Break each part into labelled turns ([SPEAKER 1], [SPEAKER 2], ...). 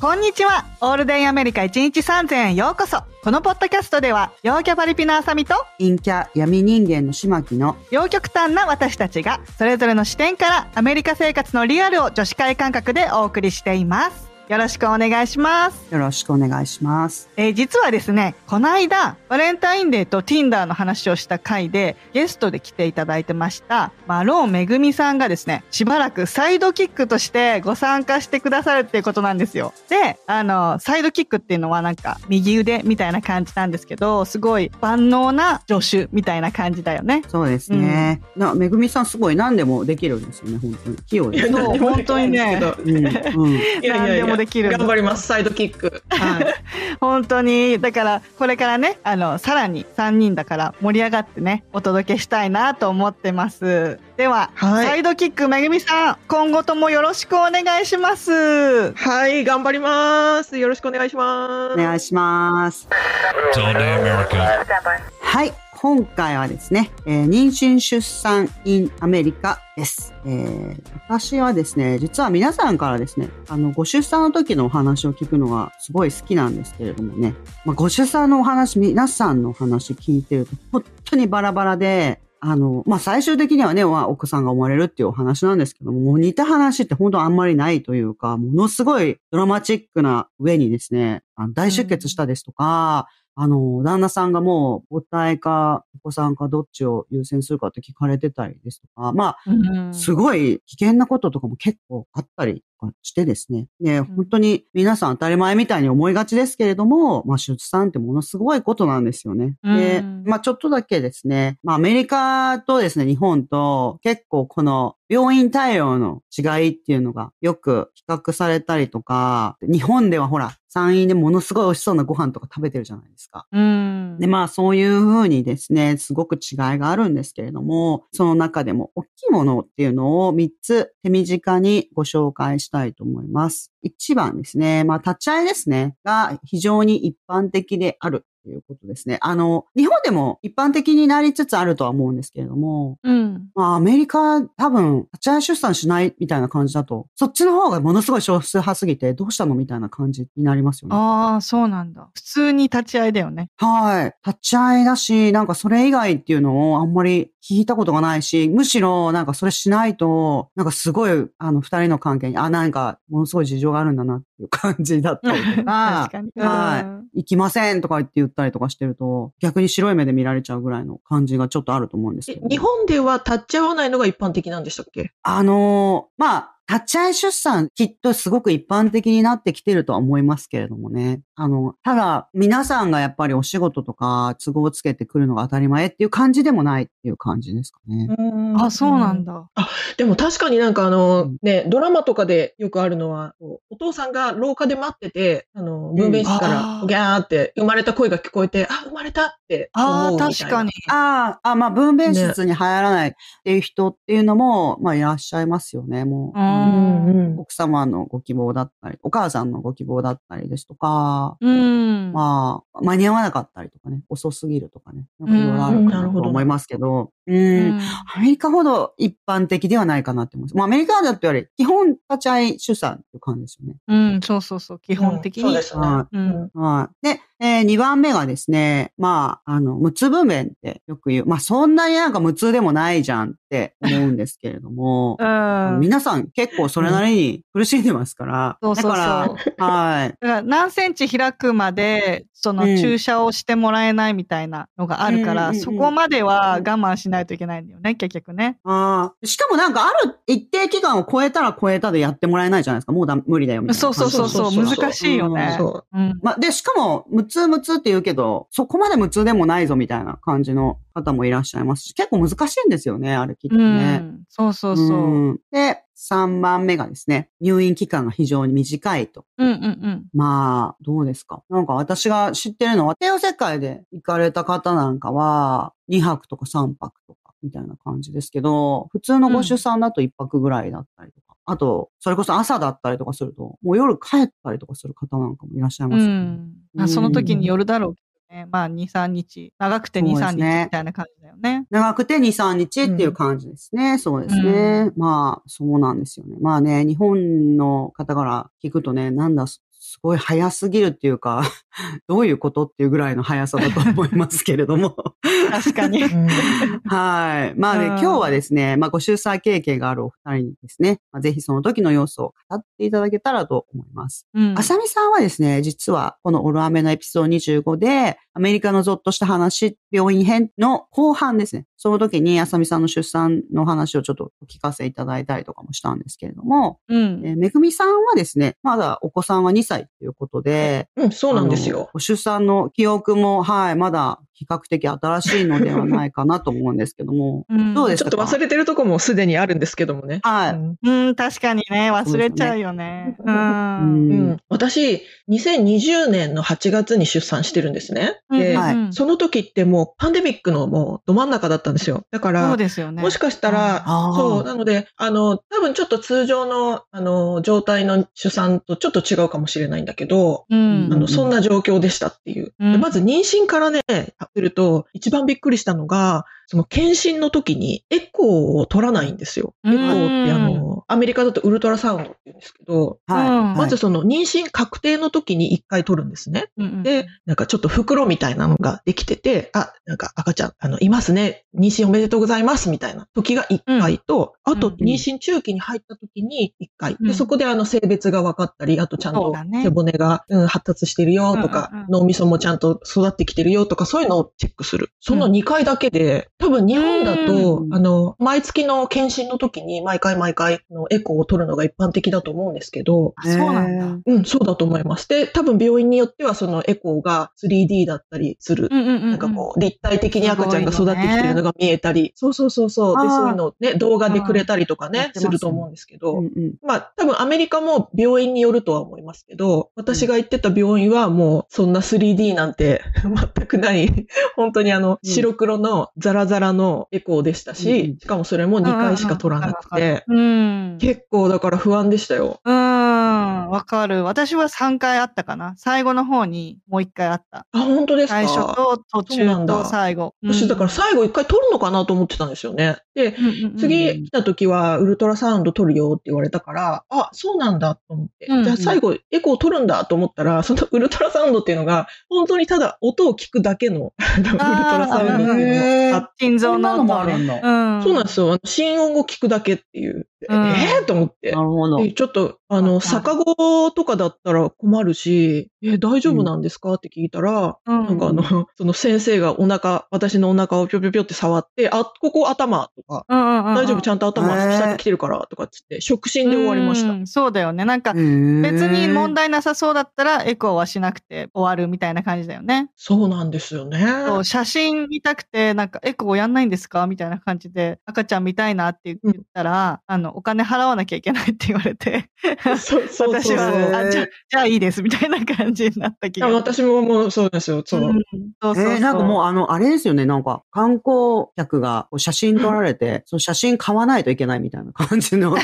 [SPEAKER 1] こんにちは。オールデンアメリカ1日3000円ようこそ。このポッドキャストでは、陽キャパリピのあさみと、
[SPEAKER 2] 陰キャ闇人間の島木の
[SPEAKER 1] 両極端な私たちが、それぞれの視点からアメリカ生活のリアルを女子会感覚でお送りしています。よろしくお願いします。
[SPEAKER 2] よろしくお願いします。
[SPEAKER 1] えー実はですね、この間、バレンタインデーと Tinder の話をした回で、ゲストで来ていただいてました、マローめぐみさんがですね、しばらくサイドキックとしてご参加してくださるっていうことなんですよ。で、あの、サイドキックっていうのはなんか、右腕みたいな感じなんですけど、すごい万能な助手みたいな感じだよね。
[SPEAKER 2] そうですね。なめぐみさんすごい何でもできるんですよね本当に器用です。
[SPEAKER 1] そう本当にね
[SPEAKER 2] うんうん、
[SPEAKER 1] いやいやいや何でもできる
[SPEAKER 3] 頑張りますサイドキック
[SPEAKER 2] はい、
[SPEAKER 1] 本当にだからこれからねあのさらに3人だから盛り上がってねお届けしたいなと思ってますでは、
[SPEAKER 3] はい
[SPEAKER 1] サイドキックめぐみさん今後ともよろしくお願いします
[SPEAKER 3] はい頑張りますよろしくお願いします
[SPEAKER 2] お願いします。
[SPEAKER 4] It's all day America.
[SPEAKER 2] はい、今回はですね、えー妊娠出産 in アメリカです、えー私はですね、実は皆さんからですね、あの、ご出産の時のお話を聞くのがすごい好きなんですけれどもね、まあ、ご出産のお話、皆さんのお話聞いてると、本当にバラバラで、あの、まあ、最終的にはね、まあお子さんが生まれるっていうお話なんですけども、もう似た話って本当あんまりないというか、ものすごいドラマチックな上にですね、あの大出血したですとか、あの、旦那さんがもう母体かお子さんかどっちを優先するかって聞かれてたりですとか、まあ、すごい危険なこととかも結構あったりとかしてですね。ね、本当に皆さん当たり前みたいに思いがちですけれども、まあ出産ってものすごいことなんですよね。で、
[SPEAKER 1] うん
[SPEAKER 2] まあちょっとだけですね、まあアメリカとですね、日本と結構この病院対応の違いっていうのがよく比較されたりとか、日本ではほら、産院でものすごい美味しそうなご飯とか食べてるじゃないですか。
[SPEAKER 1] うん
[SPEAKER 2] で、まあそういうふうにですね、すごく違いがあるんですけれども、その中でも大きいものっていうのを3つ手短にご紹介したいと思います。1番ですね、まあ立ち会いですね、が非常に一般的である。ということですね。あの、日本でも一般的になりつつあるとは思うんですけれども、
[SPEAKER 1] うん
[SPEAKER 2] まあアメリカ多分立ち会い出産しないみたいな感じだと、そっちの方がものすごい少数派すぎてどうしたのみたいな感じになりますよね。
[SPEAKER 1] ああそうなんだ普通に立ち会いだよね
[SPEAKER 2] はい。立ち会いだし、なんかそれ以外っていうのをあんまり聞いたことがないし、むしろなんかそれしないと、なんかすごい、あの、二人の関係に、あ、なんかものすごい事情があるんだなっていう感じだ ったりとか、
[SPEAKER 1] 確かに
[SPEAKER 2] はい
[SPEAKER 1] うん
[SPEAKER 2] 行きませんとか言って言ったりとかしてると、逆に白い目で見られちゃうぐらいの感じがちょっとあると思うんですけ
[SPEAKER 3] え
[SPEAKER 2] ど、
[SPEAKER 3] 日本では立ち会わないのが一般的なんでしたっけ
[SPEAKER 2] あのーまあ、立ち会い出産、きっとすごく一般的になってきてるとは思いますけれどもね。あの、ただ、皆さんがやっぱりお仕事とか都合をつけてくるのが当たり前っていう感じでもないっていう感じですかね。
[SPEAKER 1] あそうなん
[SPEAKER 3] だ
[SPEAKER 1] だ
[SPEAKER 3] でも確かになんかあ
[SPEAKER 2] う
[SPEAKER 3] の
[SPEAKER 2] ん
[SPEAKER 3] ねドラマとかでよくあるのはこうお父さんが廊下で待っててあの分娩室か
[SPEAKER 1] うんあ
[SPEAKER 3] ら
[SPEAKER 1] ー
[SPEAKER 3] ギャーって生まれた声が聞こえてあ生まれたって
[SPEAKER 1] あ
[SPEAKER 3] 思
[SPEAKER 1] あ
[SPEAKER 3] うみたいな
[SPEAKER 1] 確かに
[SPEAKER 2] ああ、あまあ、分娩室に入らないっていう人っていうのも、まあ、いらっしゃいますよね、もう。
[SPEAKER 1] うん
[SPEAKER 3] うんうん
[SPEAKER 2] 奥様のご希望だったり、お母さんのご希望だったりですとか、
[SPEAKER 1] うん
[SPEAKER 2] まあ、間に合わなかったりとかね、遅すぎるとかね、なんかいろいろあ
[SPEAKER 1] う
[SPEAKER 2] る
[SPEAKER 1] ん
[SPEAKER 2] かなと思いますけど、うん、
[SPEAKER 1] うん
[SPEAKER 2] アメリカほど一般的ではないかなって思います。まあ、アメリカだってより、基本立ち会い出産っていう感じですよね。
[SPEAKER 1] うんそうそうそう基本的
[SPEAKER 3] うんそう
[SPEAKER 1] に
[SPEAKER 3] ですね
[SPEAKER 2] は
[SPEAKER 1] う、
[SPEAKER 3] うんん
[SPEAKER 2] い。はい。で、えー、2番目がですね、まあ、あの、無痛分娩ってよく言う。まあ、そんなになんか無痛でもないじゃんって思うんですけれども
[SPEAKER 1] うん
[SPEAKER 2] 皆さん結構それなりに苦しんでますから。
[SPEAKER 1] そうそうそう
[SPEAKER 2] だから、はい。
[SPEAKER 1] だから何センチ開くまでその
[SPEAKER 2] うん
[SPEAKER 1] 注射をしてもらえないみたいなのがあるから、
[SPEAKER 2] うんうんうん
[SPEAKER 1] そこまでは我慢しないといけないんだよね結局ね。
[SPEAKER 2] ああ。しかもなんかある一定期間を超えたら超えたでやってもらえないじゃないですか。もうだ無理だよみたいな
[SPEAKER 1] そ
[SPEAKER 2] 感
[SPEAKER 1] う
[SPEAKER 2] じ。
[SPEAKER 1] そうそうそう
[SPEAKER 3] そうそうそう
[SPEAKER 1] 難しいよね。
[SPEAKER 3] そう
[SPEAKER 1] うん
[SPEAKER 2] まあ、で、しかも、無痛無痛って言うけど、そこまで無痛でもないぞみたいな感じの方もいらっしゃいますし、結構難しいんですよね、あれきっと
[SPEAKER 1] う
[SPEAKER 2] ね。
[SPEAKER 1] ん、そうそうそう。うん
[SPEAKER 2] んで、3番目がですね、入院期間が非常に短いと。
[SPEAKER 1] うんうん。
[SPEAKER 2] まあ、どうですかなんか私が知ってるのは、帝王切開で行かれた方なんかは、2泊とか3泊とか、みたいな感じですけど、普通のご出産だと1泊ぐらいだったりとか、あと、それこそ朝だったりとかすると、もう夜帰ったりとかする方なんかもいらっしゃいうますよね。
[SPEAKER 1] んまあ、その時によるだろうけどね。まあ2、3日。長くて2、3
[SPEAKER 2] そうです
[SPEAKER 1] 日
[SPEAKER 2] ね
[SPEAKER 1] みたいな感じだよ ね。
[SPEAKER 2] 長くて2、3日っていう感じですね。そうですね。まあ、そうなんですよね。まあね、日本の方から聞くとね、なんだ、そすごい早すぎるっていうか、 どういうことっていうぐらいの速さだと思いますけれども。
[SPEAKER 1] 確かに。
[SPEAKER 2] はい。まあね、
[SPEAKER 1] うん
[SPEAKER 2] 今日はですね、まあ、ご出産経験があるお二人にですね、まあ、ぜひその時の様子を語っていただけたらと思います。
[SPEAKER 1] うん
[SPEAKER 2] あさみさんはですね、実はこのオロアメのエピソード25で、アメリカのゾッとした話、病院編の後半ですね。その時にあさみさんの出産の話をちょっとお聞かせいただいたりとかもしたんですけれども、
[SPEAKER 1] うん。
[SPEAKER 2] えーめぐみさんはですね、まだお子さんは2歳ということで、
[SPEAKER 3] うん、そうなんです
[SPEAKER 2] あ
[SPEAKER 3] よ
[SPEAKER 2] の。。ご出産の記憶も、はい、まだ比較的新しいのではないかなと思うんですけども
[SPEAKER 1] うん
[SPEAKER 2] どうでし
[SPEAKER 3] ち
[SPEAKER 2] た
[SPEAKER 3] ょ
[SPEAKER 2] か
[SPEAKER 3] っと忘れてるとこもすでにあるんですけどもね。
[SPEAKER 2] はい。
[SPEAKER 3] うん
[SPEAKER 1] うん、確かにね、忘れちゃうよね。
[SPEAKER 3] そう
[SPEAKER 1] う
[SPEAKER 3] ですね
[SPEAKER 1] ん。
[SPEAKER 2] う
[SPEAKER 3] うんん、私、2020年の8月に出産してるんですね。で、
[SPEAKER 2] はい
[SPEAKER 1] うん
[SPEAKER 3] その時ってもうパンデミックのもうど真ん中だったんですよ。だか
[SPEAKER 1] そ
[SPEAKER 3] ら
[SPEAKER 1] う、ですよね。
[SPEAKER 3] もしかしたら、
[SPEAKER 2] あー
[SPEAKER 3] そう、なので、あの、多分ちょっと通常の、あの、状態の出産とちょっと違うかもしれないんだけど、
[SPEAKER 1] うん
[SPEAKER 3] あ
[SPEAKER 2] うん
[SPEAKER 3] の、そんな状況でしたっていう。
[SPEAKER 1] うん
[SPEAKER 3] でまず妊娠からね、すると、一番びっくりしたのが、その検診の時にエコーを取らないんですよ。エ
[SPEAKER 1] う
[SPEAKER 3] コ
[SPEAKER 1] ん
[SPEAKER 3] ーってあの、アメリカだとウルトラサウンドって言うんですけど、
[SPEAKER 2] はい。
[SPEAKER 1] うん
[SPEAKER 2] はい
[SPEAKER 3] まず、その妊娠確定の時に一回取るんですね。
[SPEAKER 1] うんうん
[SPEAKER 3] で、なんかちょっと袋みたいなのができてて、あ、なんか赤ちゃん、あの、いますね。妊娠おめでとうございます、みたいな時が一回と、
[SPEAKER 1] うん
[SPEAKER 3] あと
[SPEAKER 1] うん
[SPEAKER 3] 妊娠中期に入った時に一回、
[SPEAKER 1] うん
[SPEAKER 3] で、そこであの性別が分かったり、あとちゃん
[SPEAKER 1] そう
[SPEAKER 3] と
[SPEAKER 1] だね
[SPEAKER 3] 背骨が、うん発達してるよとか、
[SPEAKER 1] うんうんうん
[SPEAKER 3] 脳みそもちゃんと育ってきてるよとか、そういうのをチェックする。その2回だけで、多分日本だと
[SPEAKER 2] う、ん
[SPEAKER 3] あの、毎月の検診の時に毎回毎回あのエコーを取るのが一般的だと思うんですけど、
[SPEAKER 1] あそうなんだ。
[SPEAKER 3] うん、そうだと思います。で、多分病院によってはそのエコーが 3D だったりする。
[SPEAKER 1] うんうんうん。
[SPEAKER 3] なんかこう、立体的に赤ちゃんが育ってきてるのが見えたり、そうそうそうそう。
[SPEAKER 2] あ
[SPEAKER 3] で、
[SPEAKER 2] ー
[SPEAKER 3] そういうのをね、動画でくれたりとか
[SPEAKER 2] やっ
[SPEAKER 3] ね、
[SPEAKER 2] てます
[SPEAKER 3] す
[SPEAKER 2] ね
[SPEAKER 3] ると思うんですけど、
[SPEAKER 2] うんうん
[SPEAKER 3] まあ、多分アメリカも病院によるとは思いますけど、私が行ってた病院はもう、そんな 3D なんて 全くない、本当にあ
[SPEAKER 2] う
[SPEAKER 3] の、
[SPEAKER 2] ん
[SPEAKER 3] 白黒のザラザラのエコーでしたし、
[SPEAKER 2] うん
[SPEAKER 3] しかもそれも2回しか取らなくて、
[SPEAKER 1] うん。
[SPEAKER 3] 結構だから不安でしたよ。
[SPEAKER 1] うん、わかる。私は3回あったかな。最後の方にもう1回あった。
[SPEAKER 3] あ、本当ですか
[SPEAKER 1] 最初と途
[SPEAKER 3] そうな
[SPEAKER 1] 中
[SPEAKER 3] ん
[SPEAKER 1] と
[SPEAKER 3] だ
[SPEAKER 1] 最後。う
[SPEAKER 3] 私、
[SPEAKER 1] ん
[SPEAKER 3] だから、最後一回取るのかなと思ってたんですよね。で、
[SPEAKER 1] うんうんうん
[SPEAKER 3] 次来た時はウルトラサウンド取るよって言われたから、あ、そうなんだと思って。
[SPEAKER 1] うんうん
[SPEAKER 3] じゃあ最後エコー取るんだと思ったら、その ウルトラサウンドっていうのが、本当にただ音を聞くだけの、あのウルトラサウンドっていうのがあって
[SPEAKER 1] 心臓の音をね。
[SPEAKER 2] んだ
[SPEAKER 1] うん。
[SPEAKER 3] そうなんですよ。あの心音を聞くだけっていう。
[SPEAKER 1] うん
[SPEAKER 3] えー、と思って
[SPEAKER 2] な。るほど。
[SPEAKER 3] でちょっと、あの、逆子とかだったら困るし、えー大丈夫なんですかって聞いたら、
[SPEAKER 1] うん
[SPEAKER 3] なんかあの、 その先生がお腹、私のお腹をぴょぴょぴょって触って、あ、ここ頭とか、
[SPEAKER 1] うんうんうんうん。
[SPEAKER 3] 大丈夫、ちゃんと頭
[SPEAKER 2] へー
[SPEAKER 3] 下に来てるから、とかっつって、触診で終わりました。
[SPEAKER 1] うん。そうだよね。なんか、別
[SPEAKER 2] 別
[SPEAKER 1] に問題なさそうだったらエコーはしなくて終わるみたいな感じだよね。
[SPEAKER 3] そうなんですよね。
[SPEAKER 1] そう写真見たくてなんかエコーやんないんですかみたいな感じで赤ちゃん見たいなって言ったら、あのお金払わなきゃいけないって言われて
[SPEAKER 3] そう そうそう
[SPEAKER 1] 私
[SPEAKER 3] そう。
[SPEAKER 1] は
[SPEAKER 2] へー
[SPEAKER 1] あじゃあじゃあいいですみたいな感じになった気
[SPEAKER 3] いや
[SPEAKER 1] が
[SPEAKER 3] 私ももうそうですよ。そう。
[SPEAKER 1] うんそうそうそう
[SPEAKER 2] えーなんかもうあの、あれですよね、なんか、観光客がこう写真撮られて、その写真買わないといけないみたいな感じの、感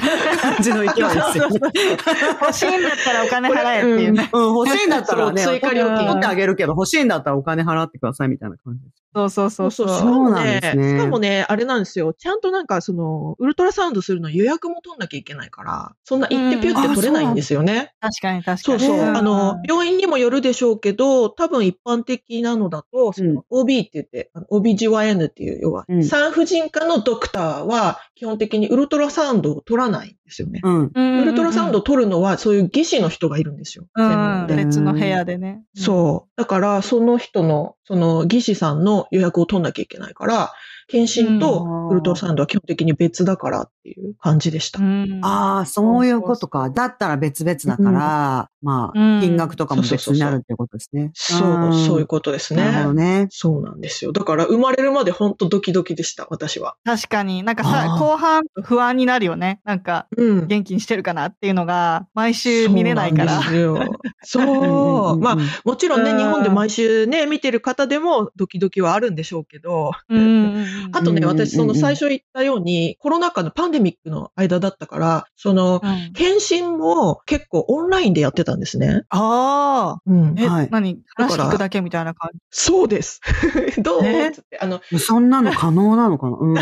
[SPEAKER 2] じの勢いですよね。
[SPEAKER 1] 欲しいんだったらお金払えっていうね、
[SPEAKER 2] うん、欲しいんだったらね、
[SPEAKER 3] そう追加料金
[SPEAKER 2] 取ってあげるけど、欲しいんだったらお金払ってくださいみたいな感じです。
[SPEAKER 1] そうそうそうそう
[SPEAKER 2] そうそうなんですね
[SPEAKER 3] しかもね、あれなんですよ。ちゃんとなんか、その、ウルトラサウンドするの予約も取んなきゃいけないから、そんな行ってピュって取れないんですよね。
[SPEAKER 1] 確かに確か
[SPEAKER 3] そう
[SPEAKER 1] に
[SPEAKER 3] そう。
[SPEAKER 1] ん
[SPEAKER 3] あの、病院にもよるでしょうけど、多分一般的なのだと、その OB って言って、あの OBGYN っていう、要は
[SPEAKER 2] う、ん
[SPEAKER 3] 産婦人科のドクターは、基本的にウルトラサウンドを取らないんですよね。
[SPEAKER 2] うん。
[SPEAKER 1] うんうんう
[SPEAKER 3] ウ
[SPEAKER 1] ん
[SPEAKER 3] ルトラサウンドを取るのは、そういう技師の人がいるんですよ。
[SPEAKER 1] うん
[SPEAKER 3] 専門
[SPEAKER 1] うん
[SPEAKER 3] で
[SPEAKER 1] 別の部屋でね
[SPEAKER 3] そう。だから、その人の、その技師さんの予約を取んなきゃいけないから、検診
[SPEAKER 2] う
[SPEAKER 3] と
[SPEAKER 2] ん
[SPEAKER 3] ウルトラサウンドは基本的に別だからっていう感じでした。
[SPEAKER 1] ん
[SPEAKER 2] ああ、そういうことか。だったら別々だから、まあ、
[SPEAKER 1] うん
[SPEAKER 2] 金額とかも別になるっていうことですね。
[SPEAKER 3] そう、そういう
[SPEAKER 2] こ
[SPEAKER 3] ことで
[SPEAKER 2] と
[SPEAKER 3] す
[SPEAKER 2] なるほど
[SPEAKER 3] ね。
[SPEAKER 2] ね。
[SPEAKER 3] そうなんですよ。だから、生まれるまで本当ドキドキでした、私は。
[SPEAKER 1] 確かになんかさ
[SPEAKER 2] あー
[SPEAKER 1] 後半不安になるよねなんか
[SPEAKER 3] うん。
[SPEAKER 1] 元気にしてるかなっていうのが毎週見れないから。
[SPEAKER 3] そうなんですよ。そう。まあ、
[SPEAKER 2] あ、
[SPEAKER 3] もちろんね、
[SPEAKER 1] うん
[SPEAKER 3] 日本で毎週ね、見てる方でもドキドキはあるんでしょうけど、
[SPEAKER 1] うんうんうん
[SPEAKER 3] あとね、
[SPEAKER 2] うんうんうん
[SPEAKER 3] 私、その最初言ったように、コロナ禍のパンデミックの間だったから、その、
[SPEAKER 1] はい
[SPEAKER 3] 検診も結構オンラインでやってたんですね。
[SPEAKER 1] ああ。
[SPEAKER 3] うん
[SPEAKER 1] え、
[SPEAKER 2] はい
[SPEAKER 1] 何
[SPEAKER 3] だか
[SPEAKER 1] 話
[SPEAKER 3] ら
[SPEAKER 1] 聞くだけみたいな感じ。
[SPEAKER 3] そうです。 どう、
[SPEAKER 1] ね
[SPEAKER 3] つって、あの、
[SPEAKER 2] そんなの可能なのかなうん。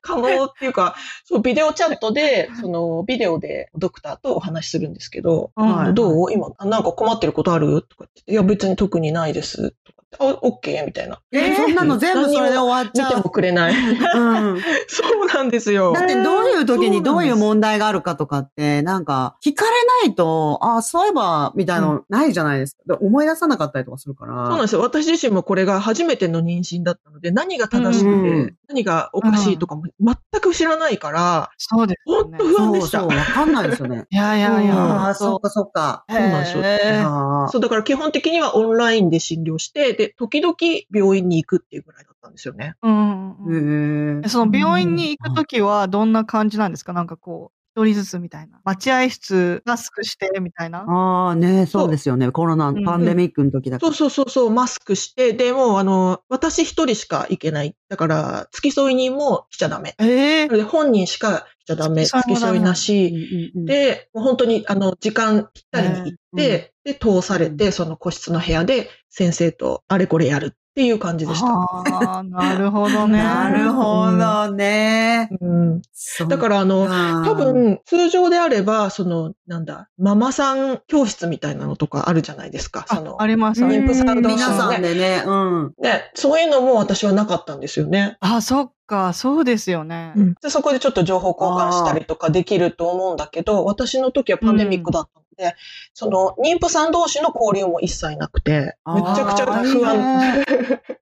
[SPEAKER 3] 可能っていうか、そう、ビデオチャットで、その、ビデオでドクターとお話しするんですけど、
[SPEAKER 2] はい
[SPEAKER 1] うん
[SPEAKER 3] どう今、あなんか困ってることあるとか言って、いや、別に特にないです。とかってあ、オッケーみたいな。
[SPEAKER 1] えー
[SPEAKER 2] そんなの全部それで終わっち
[SPEAKER 3] 見
[SPEAKER 2] ゃ
[SPEAKER 3] て
[SPEAKER 2] う
[SPEAKER 3] も。く れない。
[SPEAKER 2] うん、
[SPEAKER 3] そうなんですよ。
[SPEAKER 2] だってどういう時にどういう問題があるかとかって、なんか聞かれないと、ああ、そういえば、みたいなのないじゃないですか。で思い出さなかったりとかするから。
[SPEAKER 3] そうなんですよ。私自身もこれが初めての妊娠だったので、何が正しくて、
[SPEAKER 2] うん
[SPEAKER 3] 何がおかしいとかも全く知らないから、
[SPEAKER 1] そうですよ
[SPEAKER 3] 本
[SPEAKER 1] ね。
[SPEAKER 3] 当。不安でした。
[SPEAKER 2] そ
[SPEAKER 3] そうう
[SPEAKER 2] そう、わかんないですよね
[SPEAKER 1] いやいやいや。
[SPEAKER 3] うん
[SPEAKER 2] あ
[SPEAKER 1] 本当
[SPEAKER 2] あ、そっかそっか。
[SPEAKER 1] へー
[SPEAKER 3] うなんですよ
[SPEAKER 2] あー
[SPEAKER 3] だから基本的にはオンラインで診療して、で、時々病院に行くっていうぐらいだったんですよね。
[SPEAKER 1] うんう
[SPEAKER 2] へ
[SPEAKER 1] ん
[SPEAKER 2] ー
[SPEAKER 1] えその病院に行くときはどんな感じなんですかなんかこう、一人ずつみたいな。待合室、マスクしてみたいな。
[SPEAKER 2] ああね、そうですよね。コロナ
[SPEAKER 1] ん、
[SPEAKER 2] パンデミックの時だか
[SPEAKER 3] そうそうそうそう、マスクして、でもうあの、私一人しか行けない。だから、付き添い人も来ちゃダメ。
[SPEAKER 1] ええ
[SPEAKER 3] なので本人しか来ちゃダメ。
[SPEAKER 1] 付
[SPEAKER 3] 付
[SPEAKER 1] き
[SPEAKER 3] き
[SPEAKER 1] 添
[SPEAKER 3] 添
[SPEAKER 1] いも
[SPEAKER 3] い
[SPEAKER 1] ダメ
[SPEAKER 3] な
[SPEAKER 2] ら。
[SPEAKER 3] し。で、もう本当にあの、時間ぴったりに行って、で、通されて、その個室の部屋で先生とあれこれやるっていう感じでした。
[SPEAKER 1] ああ、なるほどね。
[SPEAKER 2] なるほどね。、
[SPEAKER 3] うん、だかららあの、多
[SPEAKER 2] 多、
[SPEAKER 3] 分、通常であれば、その、なんだ、ママさん教室みたいなのとかあるじゃないですか。そ
[SPEAKER 1] あ
[SPEAKER 3] の
[SPEAKER 1] あ、ります、
[SPEAKER 2] う
[SPEAKER 1] あり
[SPEAKER 3] 妊
[SPEAKER 1] ま
[SPEAKER 3] 婦
[SPEAKER 1] す
[SPEAKER 3] さん同士
[SPEAKER 2] 皆
[SPEAKER 3] の
[SPEAKER 2] さんで
[SPEAKER 3] ね。
[SPEAKER 2] ね、うん。
[SPEAKER 3] ね、そういうのも私はなかったんですよね。
[SPEAKER 1] あ、そっか、そうですよね。
[SPEAKER 3] でそこでちょっと情報交換したりとかできると思うんだけど、私の時はパンデミックだったので、その、妊婦さん同士の交流も一切なくて、めちゃくちゃ不安。
[SPEAKER 1] そう
[SPEAKER 2] 安。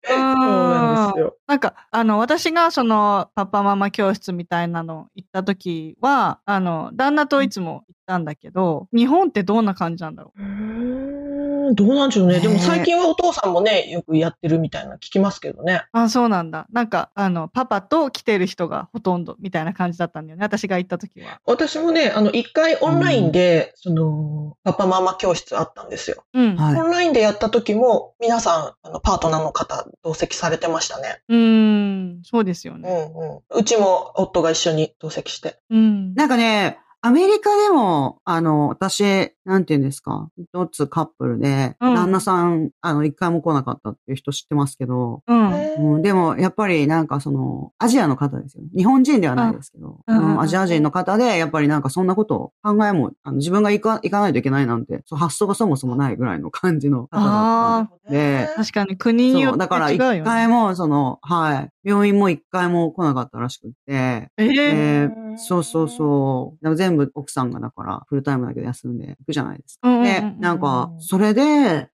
[SPEAKER 3] そうなんですよ。
[SPEAKER 1] なんか、あの、私がその、パパママ教室みたいなの行った時は、あの、旦那といつも行ったんだけど、日本ってどんな感じなんだろ
[SPEAKER 3] うーんどうなんでしょうね。でも最近はお父さんもね、よくやってるみたいな聞きますけどね。
[SPEAKER 1] うあ、そうなんだ。なんか、あの、パパと来てる人がほとんどみたいな感じだったんだよね。私が行った時は。
[SPEAKER 3] 私もね、あの、一回オンラインで、その、パパママ教室あったんですよ。
[SPEAKER 1] うん。
[SPEAKER 2] はい
[SPEAKER 3] オンラインでやった時も、皆さん、あの、パートナーの方、同席されてましたね。
[SPEAKER 1] うーん、そうですよ
[SPEAKER 3] う
[SPEAKER 1] ね。
[SPEAKER 3] んうん。うちも夫が一緒に同席して。
[SPEAKER 1] うん。
[SPEAKER 2] なんかね、アメリカでも、あの、私、なんて言うんですか、一つカップルで、
[SPEAKER 1] うん
[SPEAKER 2] 旦那さん、あの、一回も来なかったっていう人知ってますけど、
[SPEAKER 1] うん。
[SPEAKER 2] うん、でも、やっぱりなんかその、アジアの方ですよね。日本人ではないですけど、
[SPEAKER 1] うん
[SPEAKER 2] う
[SPEAKER 1] うん
[SPEAKER 2] んアジア人の方で、やっぱりなんかそんなことを考えも、あの自分が行か行かないといけないなんて、そう発想がそもそもないぐらいの感じの方だったん
[SPEAKER 1] あ
[SPEAKER 2] で。ね
[SPEAKER 1] あ、確かに国によっ
[SPEAKER 2] そ
[SPEAKER 1] て
[SPEAKER 2] う、だから
[SPEAKER 1] 違
[SPEAKER 2] 一
[SPEAKER 1] うよね。
[SPEAKER 2] 回も、その、はい、病院も一回も来なかったらしくって、
[SPEAKER 1] えー
[SPEAKER 2] えーそうそうそう。でも全部奥さんがだから、フルタイムだけど休んで行くじゃないです
[SPEAKER 1] うん
[SPEAKER 2] か。
[SPEAKER 1] うんうん
[SPEAKER 2] で、なんか、それで、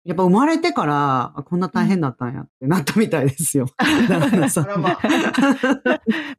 [SPEAKER 2] やっぱ生まれてから、あこんな大変だったんやってなったみたいですよ。旦那さん
[SPEAKER 3] あらまあ。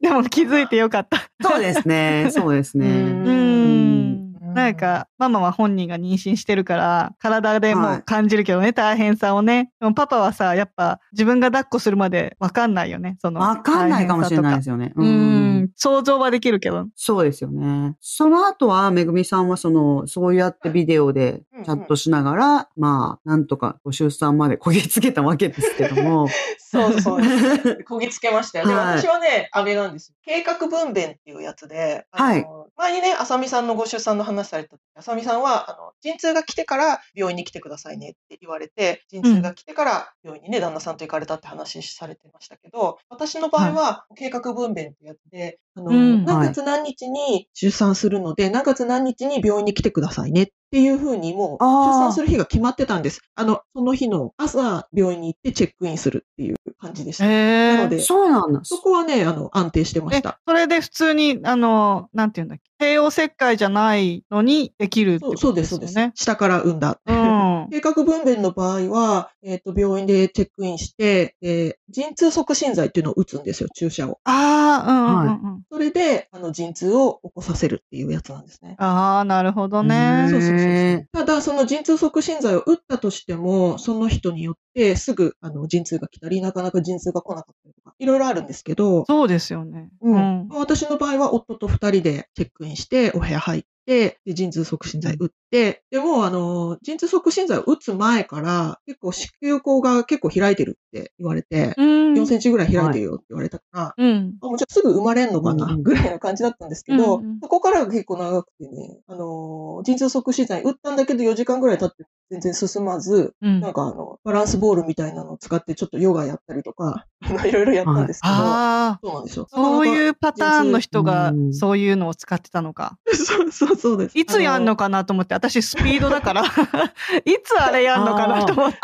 [SPEAKER 1] でも気づいてよかった。
[SPEAKER 2] そうですね。そうですね。
[SPEAKER 1] う
[SPEAKER 2] うん
[SPEAKER 1] んなんか、ママは本人が妊娠してるから、体でも
[SPEAKER 2] は
[SPEAKER 1] う
[SPEAKER 2] い
[SPEAKER 1] 感じるけどね、大変さをね。でもパパはさ、やっぱ自分が抱っこするまでわかんないよね、その。
[SPEAKER 2] わかんないかもしれな
[SPEAKER 1] 大
[SPEAKER 2] いで
[SPEAKER 1] 変さ
[SPEAKER 2] すよね。
[SPEAKER 1] とか。うん、想像はできるけど。
[SPEAKER 2] そうですよね。その後は、めぐみさんは、その、そうやってビデオでチャットしながら、まあ、なんとかご出産までこぎつけたわけですけども。
[SPEAKER 3] そうそうです ね。こぎつけましたよ。で、
[SPEAKER 2] はい
[SPEAKER 3] 私はね、あれなんですよ。計画分娩っていうやつで、あの
[SPEAKER 2] はい
[SPEAKER 3] 前にね、あさみさんのご出産の話された時、あさみさんは、あの、陣痛が来てから病院に来てくださいねって言われて、陣痛が来てから病院にね、旦那さんと行かれたって話されてましたけど、私の場合は、計画分娩ってやつで、あの、
[SPEAKER 1] うん
[SPEAKER 3] 何月何日に出産するので、何月何日に病院に来てくださいねっていうふうにもう、
[SPEAKER 2] あー
[SPEAKER 3] 出産する日が決まってたんです。あの、その日の朝、病院に行ってチェックインするっていう感じでした。
[SPEAKER 1] え
[SPEAKER 3] なの
[SPEAKER 1] え。
[SPEAKER 3] で
[SPEAKER 2] そうなんだ。
[SPEAKER 3] そこはね、あの、安定してまし
[SPEAKER 1] え
[SPEAKER 3] た。
[SPEAKER 1] それで普通に、あの、なんていうんだっけ、帝王切開じゃないのにできるって
[SPEAKER 3] そ
[SPEAKER 1] こ
[SPEAKER 3] うそ
[SPEAKER 1] と
[SPEAKER 3] うで、
[SPEAKER 1] ですす
[SPEAKER 3] そう
[SPEAKER 1] よ
[SPEAKER 3] です。
[SPEAKER 1] ね。
[SPEAKER 3] 下から産んだ。
[SPEAKER 1] うん。
[SPEAKER 3] 計画分娩の場合は、えっ、と、病院でチェックインして、で、陣痛促進剤っていうのを打つんですよ、注射を。
[SPEAKER 1] ああ、うんうんうんうん。
[SPEAKER 3] それで、あの、陣痛を起こさせるっていうやつなんですね。
[SPEAKER 1] ああ、なるほどね。
[SPEAKER 3] そうそうそうそう
[SPEAKER 2] へ
[SPEAKER 3] ただ、その陣痛促進剤を打ったとしても、その人によってすぐ、あの、陣痛が来たり、なかなか陣痛が来なかったりとか、いろいろあるんですけど、
[SPEAKER 1] そうですよね。
[SPEAKER 3] う
[SPEAKER 1] うんん。
[SPEAKER 3] 私の場合は夫と二人でチェックインして、お部屋入って、で、陣痛促進剤打って、でもうあの、陣痛促進剤を打つ前から、結構子宮口が結構開いてるって言われて、
[SPEAKER 1] うん
[SPEAKER 3] 4センチぐらい開いてるよって言われたから、
[SPEAKER 1] うん。
[SPEAKER 3] あもうじゃあすぐ生まれんのか
[SPEAKER 2] う
[SPEAKER 3] なんぐらいな感じだったんですけど、
[SPEAKER 1] うんうん
[SPEAKER 3] そこからが結構長くてね、あのー、陣痛促進剤打ったんだけど4時間ぐらい経って全然進まず、
[SPEAKER 1] うん
[SPEAKER 3] なんかあの、バランスボールみたいなのを使ってちょっとヨガやったりとか、 いろいろやったんですけど、
[SPEAKER 1] ああ。
[SPEAKER 3] そうなんですよ。
[SPEAKER 1] そう
[SPEAKER 3] う。
[SPEAKER 1] いうパターンの人が
[SPEAKER 2] うん
[SPEAKER 1] そういうのを使ってたのか。
[SPEAKER 3] そうそうそうです。
[SPEAKER 1] いつやんのかなと思って、私スピードだから、い つあれやんのかなと思って。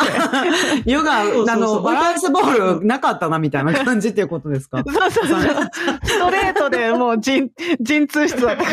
[SPEAKER 2] ヨガ、
[SPEAKER 3] そうそうそ
[SPEAKER 2] あ
[SPEAKER 3] う
[SPEAKER 2] の、バランスボールなかったなみたいな感じっていうこと ですか
[SPEAKER 1] そうそうそう。ストレートでもう陣、陣痛室だったか